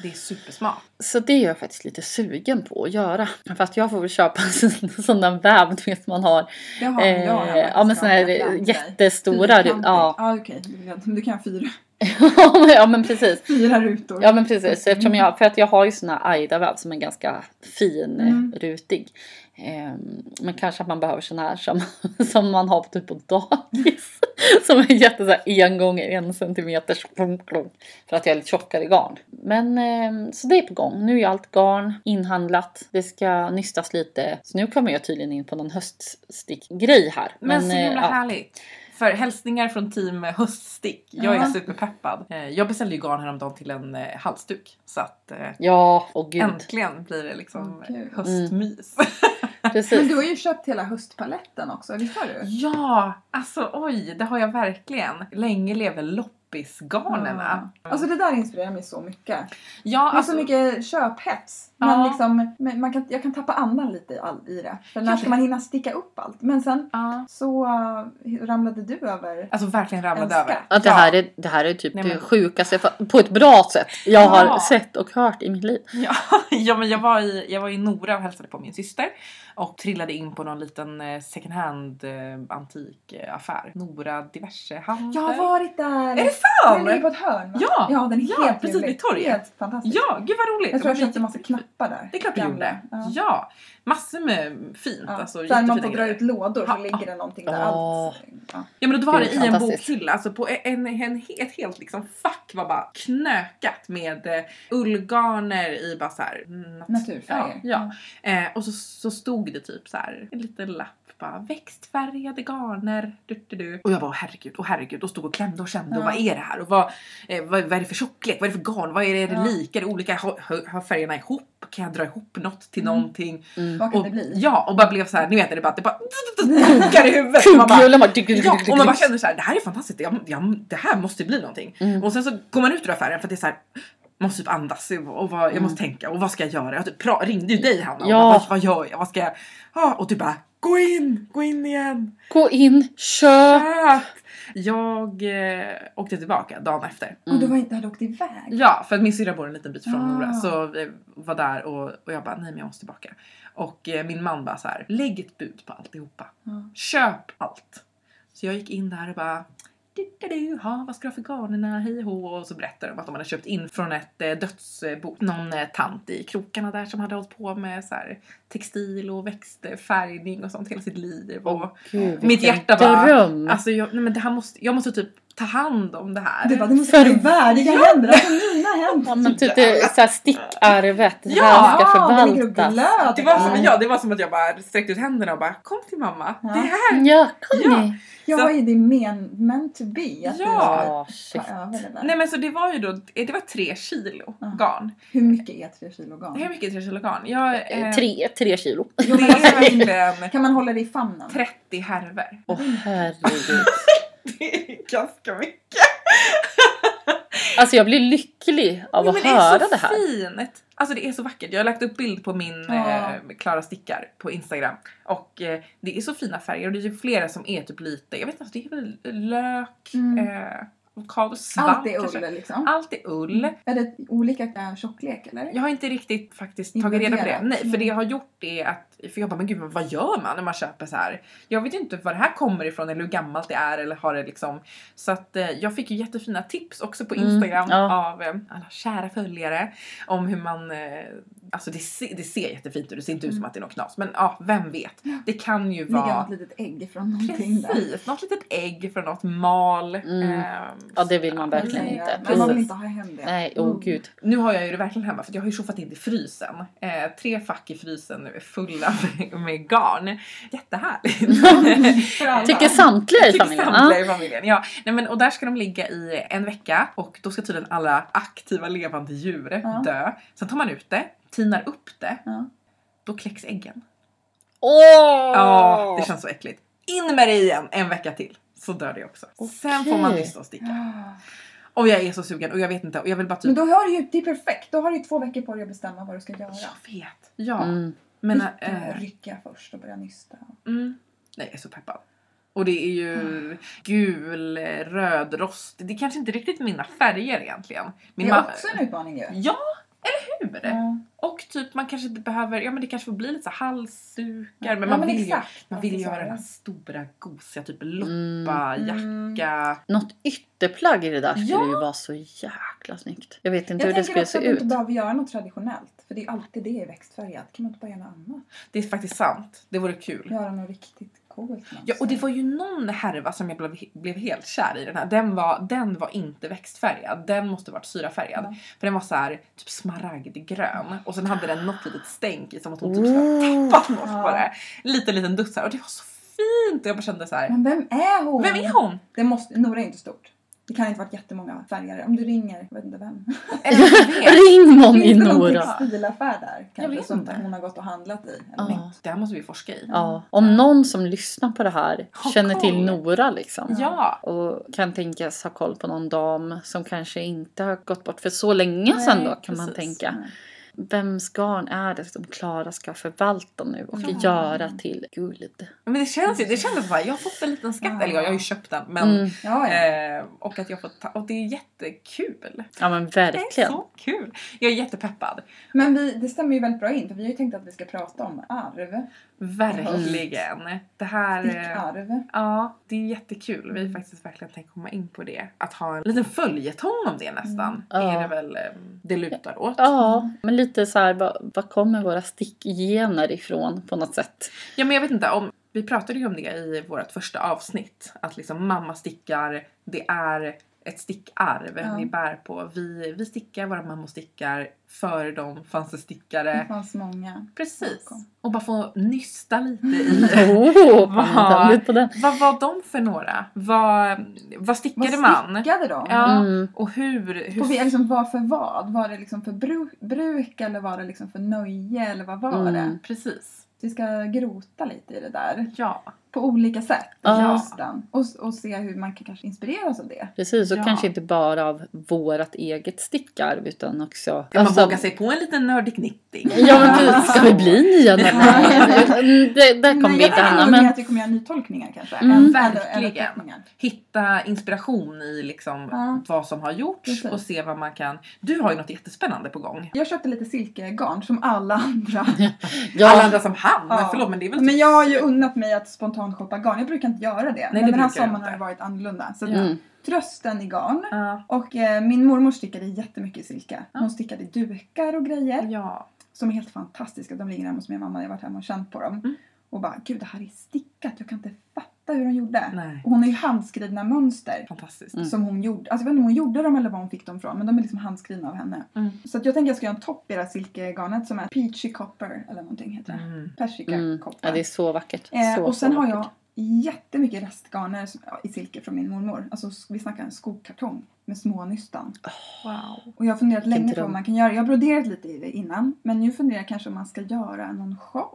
Speaker 3: Det är supersmart.
Speaker 2: Så det är jag faktiskt lite sugen på att göra. Fast jag får väl köpa en sån- sån där väv du vet man har.
Speaker 1: Det har
Speaker 2: Eh,
Speaker 1: jag hemma
Speaker 2: ja
Speaker 1: som
Speaker 2: men såna här
Speaker 1: jag har framför dig.
Speaker 2: jättestora.
Speaker 1: Fyrkantig.
Speaker 2: Ja.
Speaker 1: Ja okej, Du kan- du kan ha fyra,
Speaker 2: ja men precis.
Speaker 1: fyra rutor.
Speaker 2: Ja men precis,
Speaker 3: Mm.
Speaker 2: eftersom jag, för att jag har ju sån här Aida-väv som är ganska fin, eh,
Speaker 1: Mm.
Speaker 2: rutig. Ehm, men kanske att man behöver sån här som, som man har typ på dagis. Som är jätte så här, en gånger en centimeter klunk, klunk, För att jag är lite tjockare i garn. Men ehm, så det är på gång. Nu är allt garn inhandlat. Det ska nystas lite. Så nu kommer jag tydligen in på någon höststickgrej här.
Speaker 3: Men, så
Speaker 2: eh,
Speaker 3: himla
Speaker 2: ja.
Speaker 3: härligt. För hälsningar från team höststick. Jag är
Speaker 1: Ja.
Speaker 3: superpeppad. Eh, Jag beställde ju garn häromdagen till en eh, halsduk. Så att eh,
Speaker 2: Ja, och gud. Mm.
Speaker 3: äntligen blir det liksom
Speaker 1: Åh, gud.
Speaker 3: höstmys.
Speaker 1: Men
Speaker 2: Precis.
Speaker 1: du har ju köpt hela höstpaletten också, visst har du?
Speaker 3: ja, alltså oj, det har jag verkligen. Länge lever loppisgarnerna.
Speaker 1: Ja. Alltså det där inspirerar mig så mycket.
Speaker 3: Ja,
Speaker 1: Det är
Speaker 3: alltså,
Speaker 1: så mycket köphets.
Speaker 3: Ja.
Speaker 1: Men liksom, men man kan, jag kan tappa andan lite i, all, i det. För när
Speaker 3: Jag
Speaker 1: ska
Speaker 3: vet.
Speaker 1: man hinna sticka upp allt? Men sen
Speaker 3: ja.
Speaker 1: så eh, ramlade du över.
Speaker 3: alltså verkligen ramlade
Speaker 1: Önska.
Speaker 3: över.
Speaker 2: Att det
Speaker 3: Ja.
Speaker 2: här är, det här är typ
Speaker 3: Nej,
Speaker 2: det
Speaker 3: men-
Speaker 2: sjukaste, fa- på ett bra sätt, jag har
Speaker 3: Ja.
Speaker 2: sett och hört i mitt liv.
Speaker 3: Ja, ja men jag var, i, jag var i Nora och hälsade på min syster och trillade in på någon liten eh, second hand eh, antikaffär. Nora diverse handel.
Speaker 1: Jag har varit där!
Speaker 3: Är det
Speaker 1: Den ligger
Speaker 3: fan!
Speaker 1: på ett hörn va?
Speaker 3: Ja,
Speaker 1: ja den är
Speaker 3: ja,
Speaker 1: helt
Speaker 3: precis,
Speaker 1: ljuvlig.
Speaker 3: vid torget.
Speaker 1: Helt fantastisk.
Speaker 3: Ja, gud vad roligt!
Speaker 1: Jag tror jag
Speaker 3: Det
Speaker 1: köpte
Speaker 3: var
Speaker 1: massa knappar där.
Speaker 3: Det är klart du
Speaker 1: Gamla.
Speaker 3: gjorde.
Speaker 1: Ja.
Speaker 3: Ja. massor med fint.
Speaker 1: Ja.
Speaker 3: Alltså,
Speaker 1: så här, man
Speaker 3: jättefina
Speaker 1: får dra
Speaker 3: grejer.
Speaker 1: ut lådor så
Speaker 3: Ja,
Speaker 1: ligger det någonting där.
Speaker 2: ja.
Speaker 1: Allt. Ja.
Speaker 3: Ja men då var
Speaker 2: Det är
Speaker 3: det i en
Speaker 2: fantastiskt.
Speaker 3: bokhylla, alltså på en, en, en, ett helt liksom fack var bara knökat med eh, ullgarner i bara såhär nat-
Speaker 1: Naturfärger.
Speaker 3: Ja, ja. Eh, och så, så stod det typ så här en liten lapp bara växtfärgade garner. Du, du, du. Och jag bara "Åh, herregud, och herregud och stod och klämde och kände och
Speaker 1: Ja.
Speaker 3: vad är det här och vad, eh, vad, vad är det för tjocklek, vad är det för garn, vad är det, är det
Speaker 1: Ja.
Speaker 3: lika, är det olika, har, har- har färgerna ihop, kan jag dra ihop något till
Speaker 1: Mm.
Speaker 3: någonting?
Speaker 2: Mm.
Speaker 1: Vad kan
Speaker 3: och,
Speaker 1: det bli?
Speaker 3: Ja, och bara blev så här, ni vet det bara, det bara dunkar i huvudet. Man bara,
Speaker 2: Kukhjulen bara... tick, tick,
Speaker 3: Ja,
Speaker 2: tick,
Speaker 3: och man bara
Speaker 2: tick.
Speaker 3: känner så här, det här är fantastiskt, jag, jag, det här måste bli någonting.
Speaker 2: Mm.
Speaker 3: Och sen så går man ut ur affären för att det är så här, man måste typ andas och och vad, jag
Speaker 2: Mm.
Speaker 3: måste tänka och vad ska jag göra? Jag typ pra, ringde ju dig Hanna
Speaker 2: Ja.
Speaker 3: och bara, vad, vad gör jag? Vad ska jag? Ja, och du bara, gå in, gå in igen.
Speaker 2: Gå in, köp!
Speaker 3: Att jag eh, åkte tillbaka dagen efter.
Speaker 1: Och du var inte, hade åkt iväg?
Speaker 3: Ja, för att min syrra bor en liten bit från
Speaker 1: Ah.
Speaker 3: Nora så vi var där och, och jag bara, nej men jag måste tillbaka. Och eh, min man bara så här, lägg ett bud på alltihopa
Speaker 1: Ja.
Speaker 3: köp allt. Så jag gick in där och bara du, du, du, ha, vad ska du ha för garnerna, hej och hå. Och så berättade de att de hade köpt in från ett eh, dödsbo. Någon eh, tant i krokarna där som hade hållit på med så här, textil och växtfärgning och sånt hela sitt liv. Och,
Speaker 2: Gud,
Speaker 3: Mitt
Speaker 2: vilken
Speaker 3: hjärta bara-
Speaker 1: Mm.
Speaker 2: Dröm!
Speaker 3: Alltså jag, nej, men det här måste, jag måste typ ta hand om det här.
Speaker 1: Du bara, det måste
Speaker 2: För-
Speaker 1: förvärdiga händer, alltså mina händer.
Speaker 2: Ja, men typ det, såhär stickarvet, det
Speaker 3: Ja,
Speaker 2: här ska
Speaker 1: det ligger och
Speaker 2: förvaltas.
Speaker 1: glöder.
Speaker 3: det, var som,
Speaker 2: Mm.
Speaker 3: ja, det var som att jag bara sträckte ut händerna och bara kom till mamma.
Speaker 1: Ja.
Speaker 3: Det här.
Speaker 2: Ja, kom
Speaker 3: Ja.
Speaker 2: ni!
Speaker 1: Jag
Speaker 3: Så-
Speaker 1: var ju det men, meant to be. Att
Speaker 2: Ja,
Speaker 3: Ja.
Speaker 1: du
Speaker 2: Ah,
Speaker 1: ska
Speaker 2: shit.
Speaker 1: ta över det där.
Speaker 3: Nej men så det var ju då, eh, det var tre kilo
Speaker 1: Ja.
Speaker 3: garn.
Speaker 1: Hur mycket är tre kilo garn?
Speaker 3: Hur mycket är tre kilo garn? Jag, eh,
Speaker 2: Tre, tre kilo.
Speaker 3: Det är verkligen
Speaker 1: alltså, Kan man hålla det i famnen?
Speaker 3: 30 härvor.
Speaker 2: Åh herregud.
Speaker 3: Det är ganska mycket.
Speaker 2: Alltså jag blir lycklig av
Speaker 3: Ja,
Speaker 2: att
Speaker 3: men
Speaker 2: höra
Speaker 3: det är så
Speaker 2: det här.
Speaker 3: fint! Alltså det är så vackert. Jag har lagt upp bild på min
Speaker 1: Ja.
Speaker 3: eh, Klara Stickar på Instagram. Och eh, det är så fina färger och det är ju flera som är typ lite, jag vet inte, alltså det är väl lök,
Speaker 1: Mm.
Speaker 3: eh, avokado, svamp
Speaker 1: Allt är
Speaker 3: kanske.
Speaker 1: ull liksom.
Speaker 3: Allt är ull.
Speaker 1: Är det olika eh, tjocklek eller?
Speaker 3: Jag har inte riktigt faktiskt tagit reda på det.
Speaker 1: Inventerat.
Speaker 3: Nej, för det
Speaker 1: Mm.
Speaker 3: jag har gjort är att, för jag bara men gud men vad gör man när man köper så här? Jag vet ju inte var det här kommer ifrån eller hur gammalt det är eller har det liksom. Så att eh, jag fick ju jättefina tips också på
Speaker 2: Mm,
Speaker 3: Instagram
Speaker 2: ja.
Speaker 3: av eh, alla kära följare om hur man, eh, alltså det, se, det ser jättefint ut, det ser inte ut som
Speaker 1: Mm.
Speaker 3: att det är något knas. Men ja, vem vet. Det kan ju
Speaker 1: Ligga
Speaker 3: vara
Speaker 1: något litet ägg från någonting där.
Speaker 3: precis något litet ägg från något mal.
Speaker 2: Mm.
Speaker 3: ehm,
Speaker 2: Ja det vill man verkligen
Speaker 1: Nej,
Speaker 2: inte.
Speaker 1: Men man vill
Speaker 2: Precis.
Speaker 1: inte ha hem det.
Speaker 2: Nej, åh
Speaker 1: Mm.
Speaker 2: gud.
Speaker 3: Nu har jag ju det verkligen hemma för jag har ju tjoffat in det i frysen. Eh, tre fack i frysen nu är fulla med, med garn. Jättehärligt!
Speaker 1: För alla.
Speaker 2: Tycker samtliga Ah. i
Speaker 3: Tycker
Speaker 2: familjen.
Speaker 3: samtliga
Speaker 2: Ja.
Speaker 3: i familjen. Ja. Nej, men, och där ska de ligga i en vecka och då ska tydligen alla aktiva levande djur
Speaker 1: Ja.
Speaker 3: dö. Sen tar man ut det, tinar upp det,
Speaker 1: Ja.
Speaker 3: då kläcks äggen. Ja,
Speaker 2: Åh!
Speaker 3: det känns så äckligt. In med det igen en vecka till så dör det också. Sen får man
Speaker 2: Okej.
Speaker 3: nysta och sticka.
Speaker 1: Ah.
Speaker 3: Och jag är så sugen och jag vet inte och jag vill bara
Speaker 1: Men
Speaker 3: typ...
Speaker 1: då har du ju, det är perfekt. Då har du ju två veckor på dig att bestämma vad du ska göra.
Speaker 3: Jag vet! Ja.
Speaker 2: Mm.
Speaker 3: Men,
Speaker 1: Rycka,
Speaker 3: eh,
Speaker 1: rycka först och börja nysta.
Speaker 3: Mm. Nej, jag är så peppad. Och det är
Speaker 1: Mm.
Speaker 3: ju gul, eh, röd, rost. Det är kanske inte riktigt mina färger egentligen. Min
Speaker 1: Det är
Speaker 3: ma-
Speaker 1: också en Mm. utmaning ju.
Speaker 3: Ja, eller hur?
Speaker 1: Ja.
Speaker 3: Och typ man kanske inte behöver, ja men det kanske får bli lite så här halsdukar. Men
Speaker 1: Ja,
Speaker 3: man vill ju,
Speaker 1: exakt.
Speaker 3: man vill ju
Speaker 1: Alltså,
Speaker 3: ha
Speaker 1: så
Speaker 3: den här
Speaker 1: här.
Speaker 3: stora gosiga typ
Speaker 2: Mm.
Speaker 3: loppa,
Speaker 1: Mm.
Speaker 3: jacka.
Speaker 2: Något ytterplagg i det där skulle
Speaker 3: Ja.
Speaker 2: ju vara så jäkla snyggt. Jag vet inte
Speaker 1: Jag
Speaker 2: hur det
Speaker 1: tänker
Speaker 2: skulle
Speaker 1: också
Speaker 2: se
Speaker 1: att du
Speaker 2: ut.
Speaker 1: inte behöver göra något traditionellt. För det är alltid det i växtfärgat. Kan man inte bara göra något annat?
Speaker 3: Det är faktiskt sant. Det vore kul.
Speaker 1: Göra något riktigt coolt.
Speaker 3: Ja, och det var ju någon härva som jag blev, blev helt kär i den här. Den var, den var inte växtfärgad. Den måste varit syrafärgad.
Speaker 2: Mm.
Speaker 1: Ja.
Speaker 3: För den var så här typ smaragdgrön. Och sen hade den något litet stänk i som att hon typ såhär
Speaker 2: Oh.
Speaker 3: tappat något
Speaker 1: Ja.
Speaker 3: på det. Liten liten dutt såhär. Och det var så fint! Och jag bara kände så här.
Speaker 1: Men vem är hon?
Speaker 2: Mm.
Speaker 3: Vem är hon?
Speaker 1: Det måste, Nora är inte stort. Det kan inte varit jättemånga färger. Om du ringer, jag vet inte vem.
Speaker 3: Eller vem vet?
Speaker 2: Ring någon i
Speaker 1: Finns det någon
Speaker 2: Nora.
Speaker 1: textilaffär där? Kanske
Speaker 3: vet
Speaker 1: som
Speaker 3: inte.
Speaker 1: hon har gått och handlat i. Eller
Speaker 2: Ja.
Speaker 1: något.
Speaker 3: Det här måste vi forska i.
Speaker 2: Ja. Om någon som lyssnar på det här
Speaker 3: Ha
Speaker 2: känner till
Speaker 3: koll.
Speaker 2: Nora liksom.
Speaker 3: Ja!
Speaker 2: Och kan tänkas ha koll på någon dam som kanske inte har gått bort för så länge sedan
Speaker 1: Nej,
Speaker 2: då kan man
Speaker 3: precis.
Speaker 2: tänka. Vems garn är det som Klara ska förvalta nu och
Speaker 3: Ja.
Speaker 2: göra till guld?
Speaker 3: Men det känns ju, det kändes bara, jag har fått en liten skatt,
Speaker 1: Ja.
Speaker 3: eller jag, jag har ju köpt den men
Speaker 2: Mm.
Speaker 1: Ja, ja.
Speaker 3: eh, och att jag fått ta, och det är jättekul.
Speaker 2: Ja men
Speaker 3: Det är
Speaker 2: verkligen.
Speaker 3: så kul! Jag är jättepeppad.
Speaker 1: Men vi, det stämmer ju väldigt bra in för vi har ju tänkt att vi ska prata om arv.
Speaker 3: Verkligen! Det här... eh,
Speaker 1: Stickarv.
Speaker 3: Ja, det är jättekul. Vi har faktiskt verkligen tänkt komma in på det. Att ha en liten följetong om det nästan.
Speaker 2: Ja.
Speaker 3: Är det väl eh, det lutar åt.
Speaker 2: Ja, men lite så här, vad, vad kommer våra stickgener ifrån på något sätt?
Speaker 3: Ja men jag vet inte om, vi pratade ju om det i vårt första avsnitt. Att liksom mamma stickar, det är ett stickarv
Speaker 1: Ja.
Speaker 3: vi bär på. Vi, vi stickar, våra mammor stickar, före dem fanns det stickare.
Speaker 1: Det fanns många.
Speaker 3: Precis.
Speaker 1: Mm, Bakom.
Speaker 3: Och bara få nysta lite i
Speaker 2: Oh,
Speaker 3: Vad?
Speaker 2: pannan på den.
Speaker 3: vad var de för några? Vad, vad
Speaker 1: Vad
Speaker 3: stickade man?
Speaker 1: stickade de?
Speaker 3: Ja.
Speaker 2: Mm.
Speaker 3: Och hur? hur
Speaker 1: Och vi, liksom, vad för vad? Var det liksom för bru- bruk eller var det liksom för nöje eller vad var
Speaker 2: Mm.
Speaker 1: det?
Speaker 3: Precis.
Speaker 1: Så vi ska grota lite i det där.
Speaker 3: Ja.
Speaker 1: På olika sätt.
Speaker 2: Ja.
Speaker 1: Just den. Och, och se hur man kan kanske inspireras av det.
Speaker 2: Precis, och
Speaker 3: Ja.
Speaker 2: kanske inte bara av vårt eget stickarv utan också...
Speaker 3: Kan man
Speaker 2: Alltså-
Speaker 3: våga sig på en liten nördig knitting?
Speaker 2: Ja men precis, ska vi bli nya nu? Nej, det, där kommer
Speaker 1: Men
Speaker 2: vi
Speaker 1: jag
Speaker 2: inte
Speaker 1: tänker
Speaker 2: hamna.
Speaker 1: nog mer
Speaker 2: Men
Speaker 1: att vi kommer göra nytolkningar kanske.
Speaker 2: Mm.
Speaker 1: Än- Eller,
Speaker 3: Verkligen.
Speaker 1: eller teckningar.
Speaker 3: Hitta inspiration i liksom
Speaker 1: Ja.
Speaker 3: vad som har gjorts
Speaker 1: Precis.
Speaker 3: och se vad man kan. Du har ju något jättespännande på gång.
Speaker 1: Jag köpte lite silkegarn som alla andra.
Speaker 3: Alla
Speaker 2: ja,
Speaker 3: andra som han.
Speaker 1: Ja.
Speaker 3: Förlåt men det är väl typ-
Speaker 1: Men jag har ju unnat mig att spontant shoppa garn. Jag brukar inte göra det.
Speaker 3: det
Speaker 1: men den här
Speaker 3: brukar jag
Speaker 1: sommaren
Speaker 3: inte.
Speaker 1: har det varit annorlunda. Så att
Speaker 2: mm.
Speaker 1: trösten i garn.
Speaker 3: Ja.
Speaker 1: Och eh, min mormor stickade jättemycket i silke.
Speaker 3: Ja.
Speaker 1: Hon stickade dukar och grejer
Speaker 3: ja.
Speaker 1: som är helt fantastiska. De ligger hemma hos min mamma. Jag har varit hemma och känt på dem.
Speaker 3: Mm.
Speaker 1: Och bara, gud det här är stickat. Jag kan inte fatta hur hon gjorde.
Speaker 3: Nej.
Speaker 1: Och hon har ju handskrivna mönster.
Speaker 3: Fantastiskt.
Speaker 2: Mm.
Speaker 1: Som hon gjorde. Alltså jag vet inte om hon gjorde dem eller var hon fick dem från. Men de är liksom handskrivna av henne.
Speaker 3: Mm.
Speaker 1: Så att jag tänker jag ska göra en topp i det här silkegarnet som är peachy copper. Eller någonting heter det.
Speaker 3: Mm.
Speaker 1: Persika
Speaker 2: Mm.
Speaker 1: koppar.
Speaker 2: ja, det är så vackert.
Speaker 1: Eh,
Speaker 2: Så,
Speaker 1: och sen
Speaker 2: så
Speaker 1: har jag
Speaker 2: vackert.
Speaker 1: jättemycket restgarner som- ja, i silke från min mormor. Alltså s- vi snackar en skokartong med smånystan.
Speaker 3: Wow.
Speaker 1: Och jag har funderat
Speaker 2: Vilken
Speaker 1: länge på
Speaker 2: dröm.
Speaker 1: vad man kan göra. Jag har broderat lite i det innan. Men nu funderar jag kanske om man ska göra någon sjal.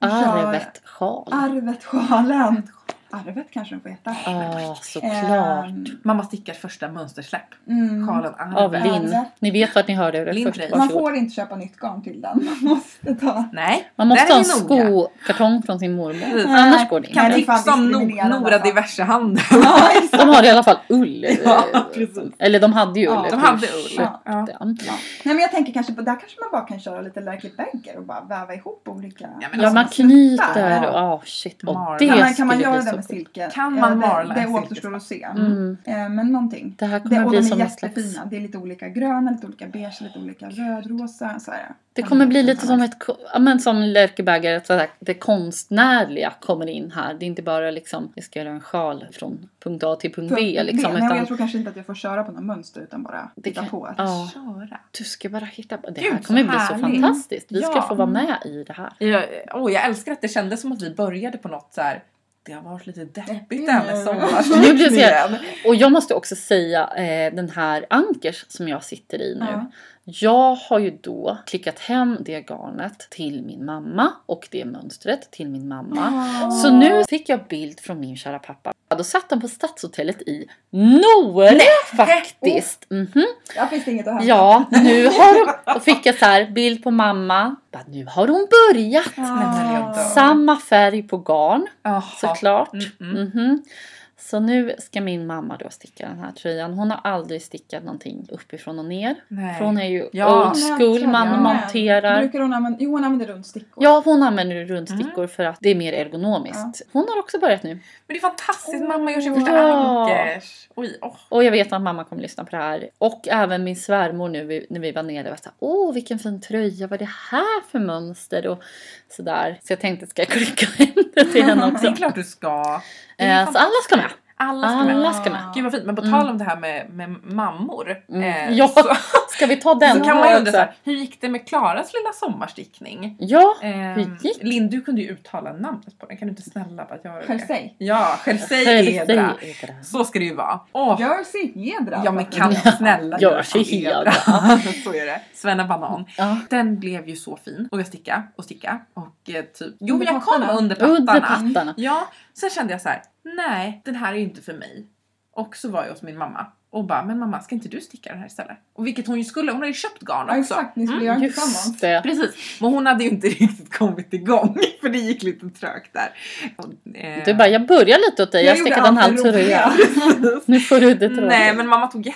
Speaker 1: Gör
Speaker 2: Arvet Ah, sjal.
Speaker 1: Arvet sjalen. Arvet kanske den får heta.
Speaker 2: Ja, såklart.
Speaker 1: Ehm,
Speaker 3: Mamma stickars första mönstersläpp.
Speaker 1: mm.
Speaker 3: Sjalen
Speaker 2: Av
Speaker 3: Arve.
Speaker 1: Lin-
Speaker 2: Linn. Ni vet vart ni hörde det
Speaker 3: Linn
Speaker 2: först.
Speaker 3: Frey.
Speaker 1: Man
Speaker 2: Varsågod.
Speaker 1: får inte köpa nytt garn till den. Man måste ta.
Speaker 3: Nej.
Speaker 2: Man måste
Speaker 3: Där är
Speaker 2: ha en
Speaker 3: vi noga.
Speaker 2: skokartong från sin mormor.
Speaker 3: Precis.
Speaker 2: Annars går det
Speaker 1: Nej,
Speaker 3: Kan
Speaker 1: det
Speaker 2: inte.
Speaker 1: är fan
Speaker 3: tipsa om Nor-
Speaker 1: diskriminerande,
Speaker 3: Nora
Speaker 1: alltså.
Speaker 3: diverse handel.
Speaker 1: Ja, exakt.
Speaker 2: De har i alla fall ull. eh,
Speaker 3: Ja, precis.
Speaker 2: Eller de hade ju ull.
Speaker 1: Ja,
Speaker 3: De hade ull.
Speaker 2: Ursäkta.
Speaker 3: Ja.
Speaker 1: Ja.
Speaker 2: Ja,
Speaker 1: Nej men jag tänker kanske på, där kanske man bara kan köra lite Lärklig Bagger och bara väva ihop olika.
Speaker 3: Ja, men
Speaker 2: ja man
Speaker 3: alltså,
Speaker 2: knyter
Speaker 1: snittar.
Speaker 2: och ja, shit. Och
Speaker 3: Marla.
Speaker 2: det
Speaker 3: Kan
Speaker 1: kan man, kan man
Speaker 2: skulle
Speaker 1: göra
Speaker 2: bli
Speaker 1: det
Speaker 2: så
Speaker 1: med
Speaker 2: coolt.
Speaker 1: silke?
Speaker 3: Kan man
Speaker 1: Eh,
Speaker 3: marla
Speaker 1: Det, det
Speaker 3: en
Speaker 1: återstår
Speaker 3: silkesvamp?
Speaker 1: att se.
Speaker 2: Mm.
Speaker 1: Eh, Men någonting.
Speaker 2: Det här kommer
Speaker 1: Det, och
Speaker 2: bli
Speaker 1: de är
Speaker 2: som en slags...
Speaker 1: jättefina. Det är lite olika gröna, lite olika beige, lite olika rödrosa. Så här.
Speaker 2: Det kommer bli lite som ett, ko- ja men som Lärkebägare, att så här, det konstnärliga kommer in här. Det är inte bara liksom, jag ska göra en sjal från punkt A till punkt B liksom.
Speaker 1: Nej, men jag
Speaker 2: Utan
Speaker 1: tror kanske inte att jag får köra på något mönster utan bara
Speaker 2: Det
Speaker 1: titta
Speaker 2: kan-
Speaker 1: på.
Speaker 2: ja.
Speaker 3: Köra.
Speaker 2: du ska bara hitta på, det
Speaker 3: Gud,
Speaker 2: här kommer
Speaker 3: så
Speaker 2: bli så
Speaker 3: härligt.
Speaker 2: fantastiskt. Vi ska
Speaker 3: Ja.
Speaker 2: få vara med i det här.
Speaker 3: Jag, åh, jag älskar att det kändes som att vi började på något så här. Det har varit lite deppigt det här med
Speaker 1: Mm.
Speaker 2: Nu blir det så här-
Speaker 3: sommarstickningen.
Speaker 2: Och jag måste också säga eh, den här ankers som jag sitter i nu.
Speaker 1: Ja.
Speaker 2: Jag har ju då klickat hem det garnet till min mamma och det mönstret till min mamma.
Speaker 1: Ah.
Speaker 2: Så nu fick jag bild från min kära pappa. Ja, Då satt han på Stadshotellet i Nore faktiskt. Mhm.
Speaker 1: Där finns det inget att hämta.
Speaker 2: Ja, nu har hon... Då fick jag så här bild på mamma. Bara, nu har hon börjat.
Speaker 1: Ah.
Speaker 3: men jag dör.
Speaker 2: Samma färg på garn
Speaker 3: Jaha.
Speaker 2: såklart.
Speaker 3: Mm,
Speaker 2: Mhm. Så nu ska min mamma då sticka den här tröjan. Hon har aldrig stickat någonting uppifrån och ner.
Speaker 3: Nej.
Speaker 2: För hon är ju
Speaker 3: Ja.
Speaker 2: old school, man
Speaker 3: Ja.
Speaker 2: monterar.
Speaker 1: Brukar hon använda, jo hon använder rundstickor.
Speaker 2: Ja, hon använder rundstickor
Speaker 3: Mm.
Speaker 2: för att det är mer ergonomiskt. Hon har också börjat nu.
Speaker 3: Men det är fantastiskt, mamma gör sin
Speaker 1: Åh.
Speaker 3: första
Speaker 2: Ja.
Speaker 3: ankers. Oj, åh.
Speaker 2: Och jag vet att mamma kommer lyssna på det här. Och även min svärmor nu vi- när vi var nere var såhär, åh vilken fin tröja, vad är det här för mönster? Och sådär. Så jag tänkte, ska jag klicka hem det till henne
Speaker 3: Det
Speaker 2: också?
Speaker 3: är klart du ska. Det är
Speaker 2: Eh, så alla ska med.
Speaker 3: Alla ska med.
Speaker 2: Alla ska med.
Speaker 3: Gud vad fint. Men på
Speaker 2: Mm.
Speaker 3: tal om det här med, med mammor.
Speaker 2: Mm.
Speaker 3: eh,
Speaker 2: Ja,
Speaker 3: så,
Speaker 2: Ska vi ta den?
Speaker 3: så kan man ju
Speaker 2: här
Speaker 3: undra
Speaker 2: också?
Speaker 3: så här, hur gick det med Klaras lilla sommarstickning?
Speaker 2: Ja,
Speaker 3: Eh,
Speaker 2: Hur gick?
Speaker 3: Linn, du kunde ju uttala namnet på den. Kan du inte snälla bara göra det?
Speaker 1: Jersey.
Speaker 3: Ja, Jersey Edra. Så ska det ju vara. Åh,
Speaker 1: Jersey Jedra.
Speaker 3: Ja men kan snälla
Speaker 2: Gör
Speaker 3: göra
Speaker 2: sig
Speaker 3: som Edra. Så är det. Svenna banan.
Speaker 2: Ja.
Speaker 3: Den blev ju så fin och jag sticka och sticka och eh, typ. Jo
Speaker 1: Under
Speaker 3: jag kom
Speaker 1: pattarna.
Speaker 3: under pattarna.
Speaker 2: Under pattarna.
Speaker 3: Ja, sen kände jag så här. Nej, den här är ju inte för mig. Och så var jag hos min mamma och bara, men mamma ska inte du sticka den här istället? Och vilket hon ju skulle, hon har ju köpt garn
Speaker 1: Ja,
Speaker 3: också.
Speaker 1: exakt. Ni skulle
Speaker 3: Mm,
Speaker 1: göra det tillsammans.
Speaker 2: Just det.
Speaker 3: Precis, men hon hade ju inte riktigt kommit igång för det gick lite trögt där. Och, eh,
Speaker 2: Du bara, jag börjar lite åt dig. Jag,
Speaker 1: gjorde
Speaker 2: stickade en halv
Speaker 1: allt det
Speaker 2: tröja.
Speaker 1: roliga.
Speaker 2: Nu får du det tröja.
Speaker 3: Nej men mamma tog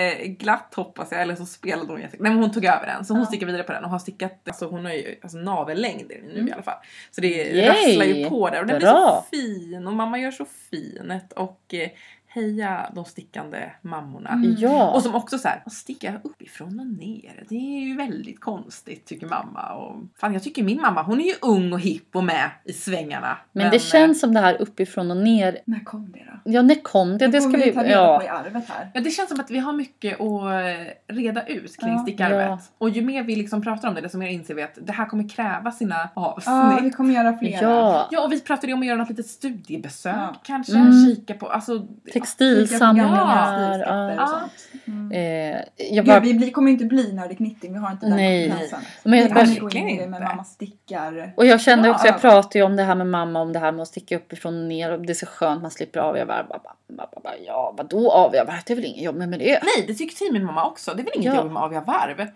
Speaker 3: jätteglatt hoppas jag, eller så spelade hon jätteglatt. Nej men hon tog över den så hon
Speaker 1: Ja.
Speaker 3: stickar vidare på den och har stickat, alltså hon har ju alltså, navellängd är det nu i alla fall. Så det
Speaker 2: Mm. Yay!
Speaker 3: rasslar ju på där och den blir så
Speaker 2: Bra.
Speaker 3: fin och mamma gör så finet och eh, heja de stickande mammorna.
Speaker 1: Mm.
Speaker 2: Ja.
Speaker 3: Och som också så här, att sticka uppifrån och ner, det är ju väldigt konstigt tycker mamma. Och, fan jag tycker min mamma, hon är ju ung och hipp och med i svängarna.
Speaker 2: men det
Speaker 3: eh,
Speaker 2: känns som det här uppifrån och ner.
Speaker 1: När kom det då?
Speaker 2: Ja, när kom det? Det ska
Speaker 1: får
Speaker 2: vi...
Speaker 1: ta reda på i
Speaker 2: Ja.
Speaker 1: arvet här.
Speaker 3: Ja, det känns som att vi har mycket att eh, reda ut kring
Speaker 1: Ja.
Speaker 3: stickarvet.
Speaker 2: Ja.
Speaker 3: Och ju mer vi liksom pratar om det, desto mer inser vi att det här kommer kräva sina avsnitt.
Speaker 1: Ja,
Speaker 3: Ja,
Speaker 1: vi kommer göra flera.
Speaker 2: ja.
Speaker 3: och vi pratade ju om att göra något litet studiebesök
Speaker 1: Ja.
Speaker 3: kanske,
Speaker 2: Mm.
Speaker 3: kika på, alltså...
Speaker 2: Textilsamlingar.
Speaker 1: Ja.
Speaker 2: Ja.
Speaker 1: och sånt. Mm.
Speaker 2: Eh, jag bara,
Speaker 1: Gud, vi blir, kommer inte bli nördig knitting, vi har inte den
Speaker 2: Nej.
Speaker 1: kompetensen.
Speaker 2: men
Speaker 1: Vi
Speaker 2: jag
Speaker 1: kan
Speaker 2: bara,
Speaker 1: inte gå in i det med
Speaker 3: Verkligen
Speaker 1: mamma stickar.
Speaker 2: och jag kände också,
Speaker 1: Ja.
Speaker 2: jag pratade ju om det här med mamma, om det här med att sticka uppifrån och ner och det är så skönt, man slipper avgöra. Bara, bara, bara, bara, bara, ja, vadå avgöra? Bara, Det är väl inget jobb med miljö?
Speaker 3: Nej, det tyckte ju min mamma också. Det är väl inget
Speaker 2: Ja.
Speaker 3: jobb med aviga varv?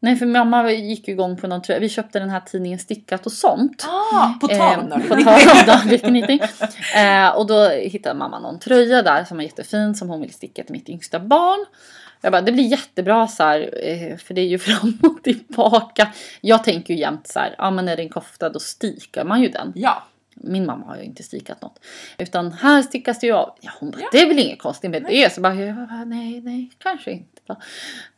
Speaker 2: Nej, för mamma gick ju igång på någon tröja. Vi köpte den här tidningen Stickat och sånt.
Speaker 3: Ah, på tal om
Speaker 2: Eh,
Speaker 3: nördig
Speaker 2: på
Speaker 3: knitting.
Speaker 2: tal om dagligknitting. Eh, och då hittade mamma någon tröja där som var jättefin som hon ville sticka till mitt yngsta barn. Jag bara, det blir jättebra så här, eh, för det är ju fram och tillbaka. Jag tänker ju jämt så här, ja men är det en kofta då stikar man ju den.
Speaker 3: Ja,
Speaker 2: Min mamma har ju inte stikat något. Utan här stickas det ju av. Ja, hon bara,
Speaker 3: Ja.
Speaker 2: det är väl inget konstigt med det. Så bara, jag bara, nej, nej, kanske inte.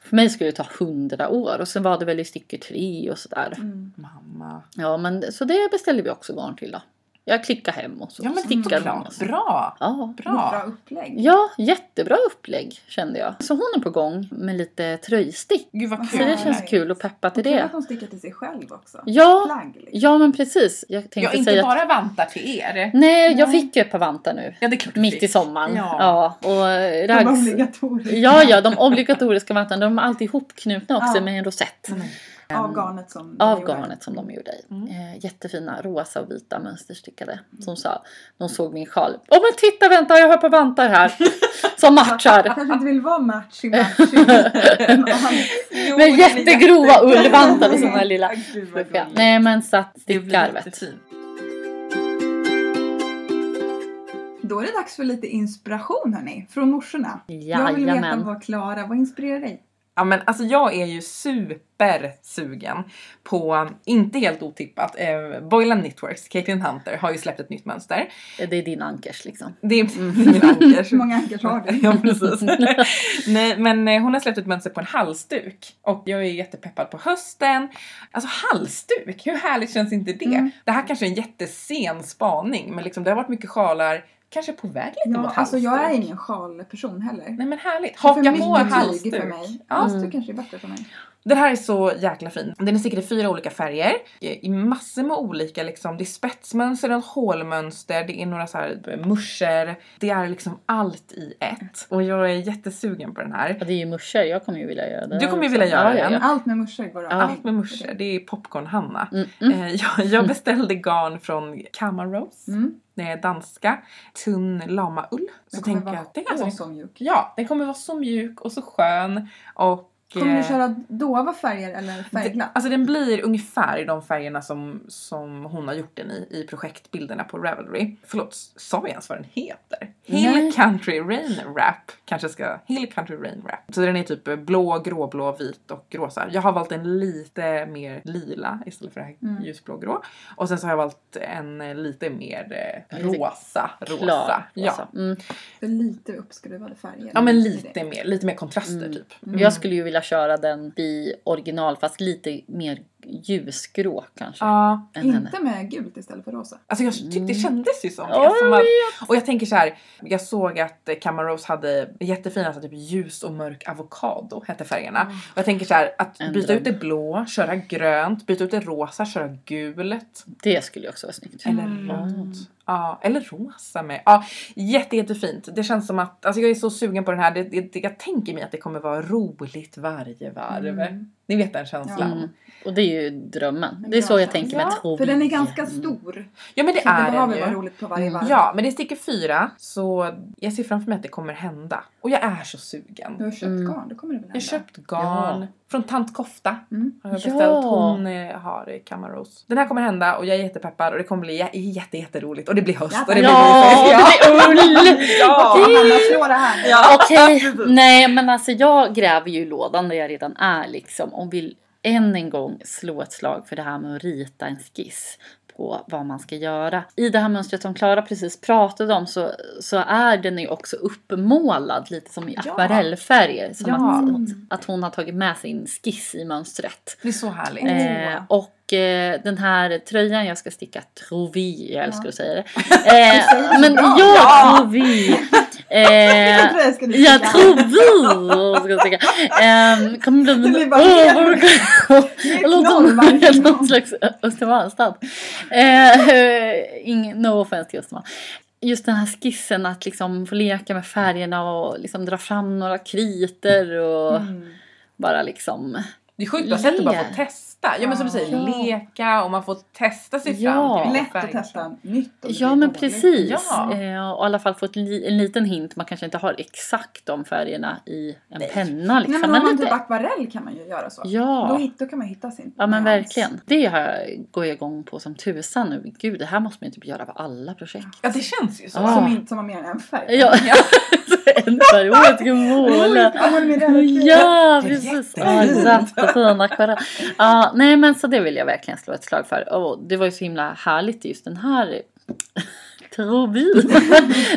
Speaker 2: För mig skulle det ta hundra år och sen var det väl i stycke tre och sådär.
Speaker 1: Mm.
Speaker 3: mamma.
Speaker 2: Ja, men så det beställde vi också garn till då. Jag klickar hem och så alltså.
Speaker 3: Ja men
Speaker 2: stickar hon
Speaker 3: såklart.
Speaker 2: oss.
Speaker 3: Bra!
Speaker 2: Ja.
Speaker 1: Bra
Speaker 3: Bra!
Speaker 1: upplägg.
Speaker 2: ja, jättebra upplägg kände jag. Så hon är på gång med lite tröjstick.
Speaker 3: Gud
Speaker 2: Så
Speaker 3: vad kul!
Speaker 2: Alltså, det
Speaker 1: Härligt.
Speaker 2: känns kul och peppa till
Speaker 1: Och kul att
Speaker 2: det.
Speaker 1: hon stickar till sig själv också.
Speaker 2: Ja,
Speaker 1: Plagg liksom.
Speaker 2: ja men precis. Jag tänkte
Speaker 3: Jag inte
Speaker 2: säga att...
Speaker 3: bara vantar till er.
Speaker 2: Nej, jag
Speaker 1: Nej.
Speaker 2: fick ju ett par vantar nu.
Speaker 3: Ja, det är klart du
Speaker 2: Mitt
Speaker 3: fick.
Speaker 2: i sommaren.
Speaker 3: Ja.
Speaker 2: Ja. Och
Speaker 1: De är
Speaker 2: rags...
Speaker 1: obligatoriska.
Speaker 2: Ja, ja, de obligatoriska vantarna. De är alltid ihopknutna också
Speaker 1: Ja.
Speaker 2: med en rosett.
Speaker 3: Mm.
Speaker 1: Av garnet som de
Speaker 2: av
Speaker 1: gjorde.
Speaker 2: garnet som de gjorde i.
Speaker 3: Mm.
Speaker 2: Eh, jättefina rosa och vita mönsterstickade. Som sa, de såg min sjal. Åh men titta vänta jag har på vantar här. som
Speaker 1: Jag
Speaker 2: matchar.
Speaker 1: kanske inte vill vara matchy matchy.
Speaker 3: Jo,
Speaker 2: Med
Speaker 3: det är
Speaker 2: jättegrova
Speaker 3: jättekul.
Speaker 2: ullvantar och såna här lilla
Speaker 3: Ja, Gud vad
Speaker 2: fluffiga.
Speaker 3: gulligt.
Speaker 2: Nej men så att
Speaker 3: Mm. Det blir
Speaker 2: stickarvet.
Speaker 3: jättefint.
Speaker 1: Då är det dags för lite inspiration hörni, från morsorna. Jag vill veta
Speaker 2: Jajamän.
Speaker 1: vad Klara, vad inspirerar dig?
Speaker 3: Ja men alltså jag är ju supersugen på, inte helt otippat, eh, Boylan Knitworks, Caitlin Hunter har ju släppt ett nytt mönster.
Speaker 2: Det är din ankers liksom.
Speaker 3: Det är min ankers.
Speaker 1: Hur Mm. många ankers har du?
Speaker 3: Ja precis. Nej men eh, hon har släppt ett mönster på en halsduk och jag är jättepeppad på hösten. Alltså halsduk, hur härligt känns inte det?
Speaker 1: Mm.
Speaker 3: Det här kanske är en jättesen spaning men liksom det har varit mycket sjalar, kanske på väg lite
Speaker 1: Ja,
Speaker 3: mot halsduk.
Speaker 1: alltså jag är ingen sjalperson heller.
Speaker 3: Nej men härligt,
Speaker 1: Det är för
Speaker 3: haka på en
Speaker 1: mycket
Speaker 3: halsduk.
Speaker 1: tyg för mig.
Speaker 3: Ja.
Speaker 1: Halsduk kanske är bättre för mig.
Speaker 3: Den här är så jäkla fin. Den är säkert i fyra olika färger. I massor med olika liksom. Det är spetsmönster, det är hålmönster, det är några så här eh, muscher. Det är liksom allt i ett. Och jag är jättesugen på den här.
Speaker 2: Ja, det är ju muscher, jag kommer ju vilja göra det.
Speaker 3: Du kommer ju
Speaker 2: också.
Speaker 3: vilja göra
Speaker 2: ja,
Speaker 3: den.
Speaker 2: ja,
Speaker 1: Allt med muscher går
Speaker 2: Ja.
Speaker 3: Allt med muscher. Det är popcorn-Hanna.
Speaker 2: ja. Mm, mm.
Speaker 3: Eh, Jag, jag beställde garn från Kamaros.
Speaker 1: Mm.
Speaker 3: Det är danska. Tunn lamaull. Så
Speaker 1: Den kommer
Speaker 3: tänker
Speaker 1: vara
Speaker 3: jag att det är ganska...
Speaker 1: så mjuk.
Speaker 3: Ja, den kommer vara så mjuk och så skön. Och...
Speaker 1: Kommer du
Speaker 3: eh,
Speaker 1: köra dova färger eller
Speaker 3: Det,
Speaker 1: färgglatt?
Speaker 3: alltså den blir ungefär i de färgerna som, som hon har gjort den i, i projektbilderna på Ravelry. Förlåt, sa jag ens vad den heter? Hill
Speaker 2: Nej.
Speaker 3: Country Rain Wrap. Kanske ska... Hill Country Rain Wrap. Så den är typ blå, gråblå, vit och rosa. Jag har valt en lite mer lila istället för det här
Speaker 1: Mm.
Speaker 3: ljusblågrå. Och sen så har jag valt en eh, lite mer eh,
Speaker 2: Lite
Speaker 3: rosa. Rosa.
Speaker 2: Klar,
Speaker 3: Ja.
Speaker 2: rosa. Mm.
Speaker 1: För lite uppskruvade färger.
Speaker 3: ja,
Speaker 1: Det
Speaker 3: men
Speaker 1: är det.
Speaker 3: lite mer. Lite mer kontraster
Speaker 2: Mm.
Speaker 3: typ.
Speaker 1: Mm.
Speaker 2: Jag skulle ju vilja köra den i original fast lite mer ljusgrå kanske.
Speaker 3: Ja,
Speaker 2: än henne.
Speaker 1: Inte med gult istället för rosa.
Speaker 3: Alltså jag tyckte det
Speaker 2: Mm.
Speaker 3: kändes ju som det.
Speaker 2: Ja, jag
Speaker 3: som att, och jag tänker så här. jag såg att eh, Camarose hade jättefina så här, typ ljus och mörk avokado hette färgerna.
Speaker 2: Mm.
Speaker 3: Och jag tänker så här att
Speaker 2: En
Speaker 3: byta
Speaker 2: dröm.
Speaker 3: ut det blå, köra grönt, byta ut det rosa, köra gult.
Speaker 2: Det skulle ju också vara snyggt.
Speaker 3: Eller
Speaker 1: Mm.
Speaker 3: rött. Ja, eller rosa med. Ja, jätte, jättefint. Det känns som att, alltså jag är så sugen på den här. Det, det, jag tänker mig att det kommer vara roligt varje varv.
Speaker 1: Mm.
Speaker 3: Ni vet den känslan.
Speaker 2: Mm. Och det är ju drömmen.
Speaker 1: En
Speaker 2: Det är
Speaker 1: bra
Speaker 2: så jag
Speaker 1: chans.
Speaker 2: tänker mig
Speaker 3: Ja,
Speaker 2: att hon...
Speaker 1: För den är ganska stor.
Speaker 3: Ja men det
Speaker 1: så det
Speaker 3: är
Speaker 1: behöver
Speaker 3: den
Speaker 1: vara
Speaker 3: ju.
Speaker 1: roligt på varje
Speaker 2: Mm.
Speaker 1: varv.
Speaker 3: Ja men det är stycke fyra så jag ser framför mig att det kommer hända. Och jag är så sugen.
Speaker 1: Du har köpt
Speaker 2: Mm.
Speaker 1: garn, då kommer det väl
Speaker 3: Jag har
Speaker 1: hända?
Speaker 3: köpt garn från tant Kofta.
Speaker 1: Mm.
Speaker 3: Har jag
Speaker 2: Ja.
Speaker 3: beställt. Hon eh, har Kamaros. Den här kommer hända och jag är jättepeppad och det kommer bli jä- jätte, jätteroligt. Och det blir höst
Speaker 1: Ja.
Speaker 3: och det blir mysigt.
Speaker 2: Ja, det blir ull!
Speaker 3: Ja!
Speaker 1: Okej, Hanna, slå det här nu.
Speaker 3: Ja.
Speaker 2: Okej,
Speaker 3: Precis.
Speaker 2: nej men alltså jag gräver ju i lådan där jag redan är liksom och vill än en gång slå ett slag för det här med att rita en skiss på vad man ska göra. I det här mönstret som Klara precis pratade om så, så är den ju också uppmålad lite som i
Speaker 3: Ja.
Speaker 2: akvarellfärger. Som
Speaker 3: Ja.
Speaker 1: Mm.
Speaker 2: att, att hon har tagit med sin skiss i mönstret.
Speaker 3: Det är så härligt.
Speaker 1: Mm.
Speaker 2: Eh, och eh, den här tröjan jag ska sticka, trovi, jag älskar att säga det.
Speaker 1: säger
Speaker 2: Eh,
Speaker 1: så
Speaker 2: men
Speaker 1: bra.
Speaker 2: ja, trovi! Eh,
Speaker 1: Jag tror jag ska du
Speaker 2: jag
Speaker 1: säga.
Speaker 2: tror vi ska sticka. Ehm, kommer bli
Speaker 1: Det blir
Speaker 2: min...
Speaker 1: bara
Speaker 2: Åh,
Speaker 1: mer.
Speaker 2: vad gott.
Speaker 1: Det är
Speaker 2: Jag låter
Speaker 1: knollvarken.
Speaker 2: som någon slags Ö- Östermalmsstad. Eh, eh, ing- no offense till Östermalm. Just den här skissen att liksom få leka med färgerna och liksom dra fram några kriter och
Speaker 1: Mm.
Speaker 2: bara liksom...
Speaker 3: Det är sjukt bra sätt att bara
Speaker 2: Le.
Speaker 3: få testa. Ja men som du säger,
Speaker 2: Ja.
Speaker 3: leka och man får testa sig
Speaker 2: Ja.
Speaker 3: fram. till vilka
Speaker 1: Lätt att
Speaker 3: färger.
Speaker 1: testa nytt. om det
Speaker 2: Ja
Speaker 1: blir
Speaker 2: men
Speaker 1: dåligt.
Speaker 2: precis.
Speaker 3: Ja.
Speaker 2: Eh, och i alla fall få ett li- en liten hint. Man kanske inte har exakt de färgerna i en
Speaker 3: Nej.
Speaker 2: penna
Speaker 1: Nej,
Speaker 2: liksom.
Speaker 1: men om man
Speaker 2: lite-
Speaker 1: typ akvarell kan man ju göra så.
Speaker 2: Ja.
Speaker 1: Då, hit, då kan man hitta sin.
Speaker 2: Ja men
Speaker 1: nyans.
Speaker 2: verkligen. Det har jag, går jag igång på som tusan nu. Gud, det här måste man ju typ göra på alla projekt.
Speaker 3: Ja det känns ju så.
Speaker 2: Ja.
Speaker 1: Som, inte, som har mer än en färg.
Speaker 2: Ja, en per år ska måla.
Speaker 1: Mål med den.
Speaker 2: Ja,
Speaker 3: Det är
Speaker 2: precis. Ja,
Speaker 3: jättefint.
Speaker 2: jättefin akvarell. Ja, nej men så det vill jag verkligen slå ett slag för. Och det var ju så himla härligt just den här Trobil.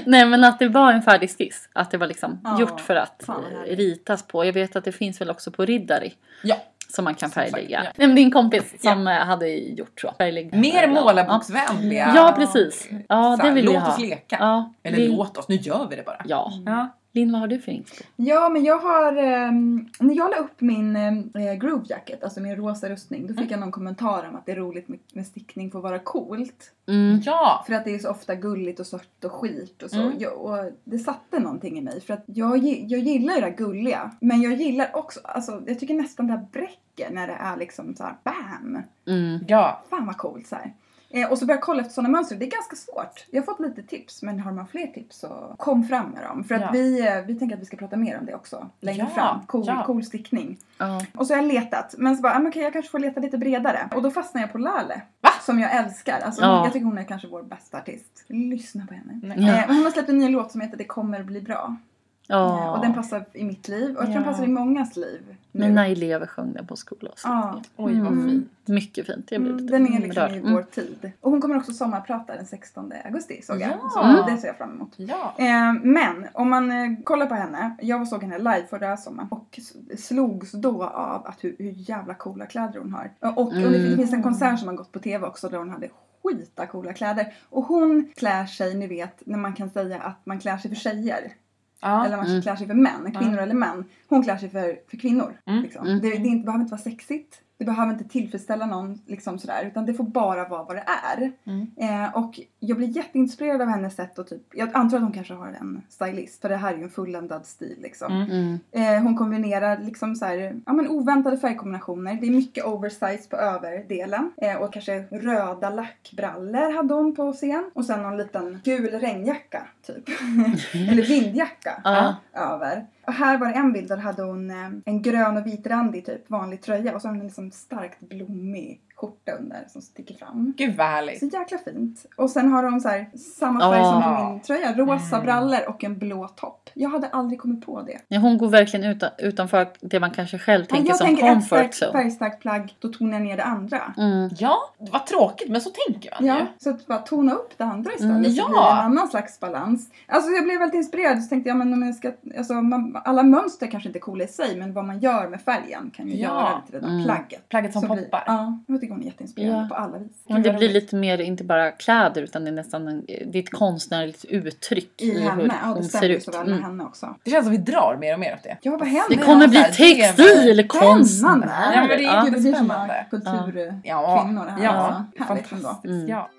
Speaker 2: Nej men att det var en färdig skiss. Att det var liksom
Speaker 1: Ja,
Speaker 2: gjort för att
Speaker 1: fan vad
Speaker 2: eh,
Speaker 1: härligt.
Speaker 2: ritas på. Jag vet att det finns väl också på Riddari.
Speaker 3: Ja.
Speaker 2: Som man kan
Speaker 3: Som sagt,
Speaker 2: färglägga.
Speaker 3: ja.
Speaker 2: Nej men din kompis som eh, hade gjort så. Färglägga.
Speaker 3: Mer
Speaker 2: Ja.
Speaker 3: målarboksvänliga.
Speaker 2: Ja, precis. Ja,
Speaker 3: Så
Speaker 2: det
Speaker 3: här,
Speaker 2: vill
Speaker 3: låt
Speaker 2: jag ha.
Speaker 3: oss leka.
Speaker 2: Ja,
Speaker 3: Eller
Speaker 2: Lin-
Speaker 3: låt oss, nu gör vi det bara.
Speaker 2: Ja.
Speaker 3: Ja.
Speaker 2: Linn, vad har du för inspo?
Speaker 1: Ja, men jag har... ehm, när jag la upp min eh, groove jacket, alltså min rosa rustning, då fick jag någon kommentar om att det är roligt med, med stickning får vara coolt.
Speaker 2: Mm.
Speaker 3: Ja.
Speaker 1: För att det är så ofta gulligt och sört och skit och så.
Speaker 3: Mm.
Speaker 1: Jag, och det satte någonting i mig. För att jag, gi- jag gillar ju det här gulliga. Men jag gillar också, alltså jag tycker nästan det här bräcker när det är liksom så här BAM!
Speaker 2: Mm.
Speaker 3: Ja.
Speaker 1: Fan vad coolt så här. Eh, och så började jag kolla efter sådana mönster. Det är ganska svårt. Jag har fått lite tips men har man fler tips så kom fram med dem. För att
Speaker 3: Ja.
Speaker 1: vi, eh, vi tänker att vi ska prata mer om det också längre
Speaker 3: Ja,
Speaker 1: fram. Cool,
Speaker 3: ja.
Speaker 1: cool stickning.
Speaker 2: Ja.
Speaker 1: Och så har jag letat. Men så bara, ah, men okej jag kanske får leta lite bredare. Och då fastnar jag på Lale.
Speaker 3: Va?
Speaker 1: Som jag älskar. Alltså,
Speaker 2: Ja.
Speaker 1: Jag tycker hon är kanske vår bästa artist. Lyssna på henne.
Speaker 3: Nej.
Speaker 2: Ja.
Speaker 1: Eh, hon har släppt en ny låt som heter Det kommer bli bra. Eh, och den passar i mitt liv. Och jag tror den
Speaker 3: Ja.
Speaker 1: passar i mångas liv. nu.
Speaker 2: Mina elever sjöng den på skolan.
Speaker 1: Ja.
Speaker 3: Oj vad
Speaker 2: Mm.
Speaker 3: fint.
Speaker 2: Mycket fint. Jag blev
Speaker 1: Mm,
Speaker 2: lite
Speaker 1: den är liksom
Speaker 2: berörd.
Speaker 1: i
Speaker 2: Mm.
Speaker 1: vår tid. Och hon kommer också sommarprata den 16 augusti såg jag.
Speaker 3: Ja.
Speaker 1: Så det ser jag fram emot.
Speaker 3: Ja.
Speaker 1: Eh, men om man eh, kollar på henne. Jag såg henne live förra sommaren och s- slogs då av att hur, hur jävla coola kläder hon har. Och, och det,
Speaker 2: Mm.
Speaker 1: det finns en konsert som har gått på TV också där hon hade skita coola kläder. Och hon klär sig, ni vet, när man kan säga att man klär sig för tjejer.
Speaker 3: Ja.
Speaker 1: Eller man
Speaker 2: Mm.
Speaker 1: klär sig för män, kvinnor eller män. Hon klär sig för, för kvinnor.
Speaker 3: Mm,
Speaker 1: Liksom.
Speaker 2: mm.
Speaker 1: Det, det är inte, behöver inte vara sexigt. Det behöver inte tillfredsställa någon liksom sådär. Utan det får bara vara vad det är.
Speaker 3: Mm.
Speaker 1: Eh, och jag blir jätteinspirerad av hennes sätt och typ. Jag antar att hon kanske har en stylist. För det här är ju en fulländad stil liksom.
Speaker 3: Mm.
Speaker 2: Mm.
Speaker 1: Eh, hon kombinerar liksom så här, ja, men oväntade färgkombinationer. Det är mycket oversize på överdelen. Eh, och kanske röda lackbrallor hade hon på scen. Och sen någon liten gul regnjacka typ. Eller vindjacka
Speaker 2: Ja.
Speaker 1: över. Och här var det en bild där hade hon eh, en grön och vitrandig typ vanlig tröja. Och så har hon en liksom starkt blommig skjorta under som sticker fram.
Speaker 3: Gud vad härligt.
Speaker 1: Så jäkla fint. Och sen har de så här, samma
Speaker 2: Ja.
Speaker 1: färg som på min tröja. Rosa
Speaker 3: Mm.
Speaker 1: brallor och en blå topp. Jag hade aldrig kommit på det.
Speaker 2: Ja, Hon går verkligen utan, utanför det man kanske själv
Speaker 1: Ja,
Speaker 2: tänker
Speaker 1: jag
Speaker 2: som
Speaker 1: tänker ett
Speaker 2: comfort
Speaker 1: starkt,
Speaker 2: zone.
Speaker 1: färgstarkt plagg, då tonar jag ner det andra.
Speaker 2: Mm.
Speaker 3: Ja, vad tråkigt men så tänker man
Speaker 1: Ja,
Speaker 3: ju.
Speaker 1: så att bara tona upp det andra istället
Speaker 2: Mm,
Speaker 1: så
Speaker 3: ja.
Speaker 1: blir det en annan slags balans. Alltså jag blev väldigt inspirerad så tänkte jag men om jag ska, alltså, man, alla mönster kanske inte är coola i sig men vad man gör med färgen kan ju
Speaker 3: Ja.
Speaker 1: göra lite det där
Speaker 2: Mm.
Speaker 1: plagget.
Speaker 3: Plagget som
Speaker 1: blir-
Speaker 3: poppar.
Speaker 1: Ja, jag tycker hon är jätteinspirerande på
Speaker 2: Ja.
Speaker 1: alla vis.
Speaker 2: Men det
Speaker 3: vad
Speaker 2: blir
Speaker 3: roligt.
Speaker 2: lite mer, inte bara kläder utan det är nästan en, det är ett konstnärligt uttryck
Speaker 1: I
Speaker 2: hur
Speaker 1: henne, ja det
Speaker 2: hon
Speaker 1: stämmer
Speaker 2: ser
Speaker 1: ju
Speaker 2: ut.
Speaker 1: så väl med
Speaker 2: Mm.
Speaker 1: henne också.
Speaker 3: Det känns som vi drar mer och mer åt det.
Speaker 1: Ja vad händer?
Speaker 2: Det
Speaker 3: Ja,
Speaker 2: kommer bli
Speaker 3: så här, det är
Speaker 2: textil, konst.
Speaker 1: Spännande!
Speaker 3: Ja, men det är ju
Speaker 1: det blir som
Speaker 3: spännande.
Speaker 1: kulturkvinnor
Speaker 3: Ja.
Speaker 1: det här.
Speaker 3: Ja,
Speaker 1: alltså. Härligt ändå.
Speaker 3: fantastiskt. Ja.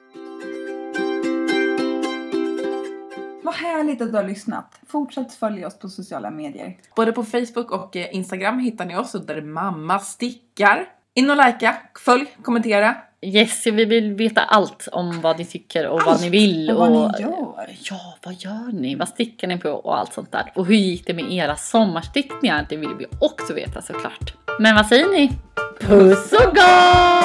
Speaker 1: Vad härligt att du har lyssnat. Fortsätt följa oss på sociala medier.
Speaker 3: Både på Facebook och eh, Instagram hittar ni oss under Mamma Stickar. In och likea, följ, kommentera.
Speaker 2: Yes, vi vill veta allt om vad ni tycker och vad
Speaker 1: Allt
Speaker 2: ni vill.
Speaker 1: Och vad ni gör.
Speaker 2: Ja, vad gör ni? Vad stickar ni på? Och allt sånt där. Och hur gick det med era sommarstickningar? Det vill vi också veta såklart. Men vad säger ni? Puss och gott!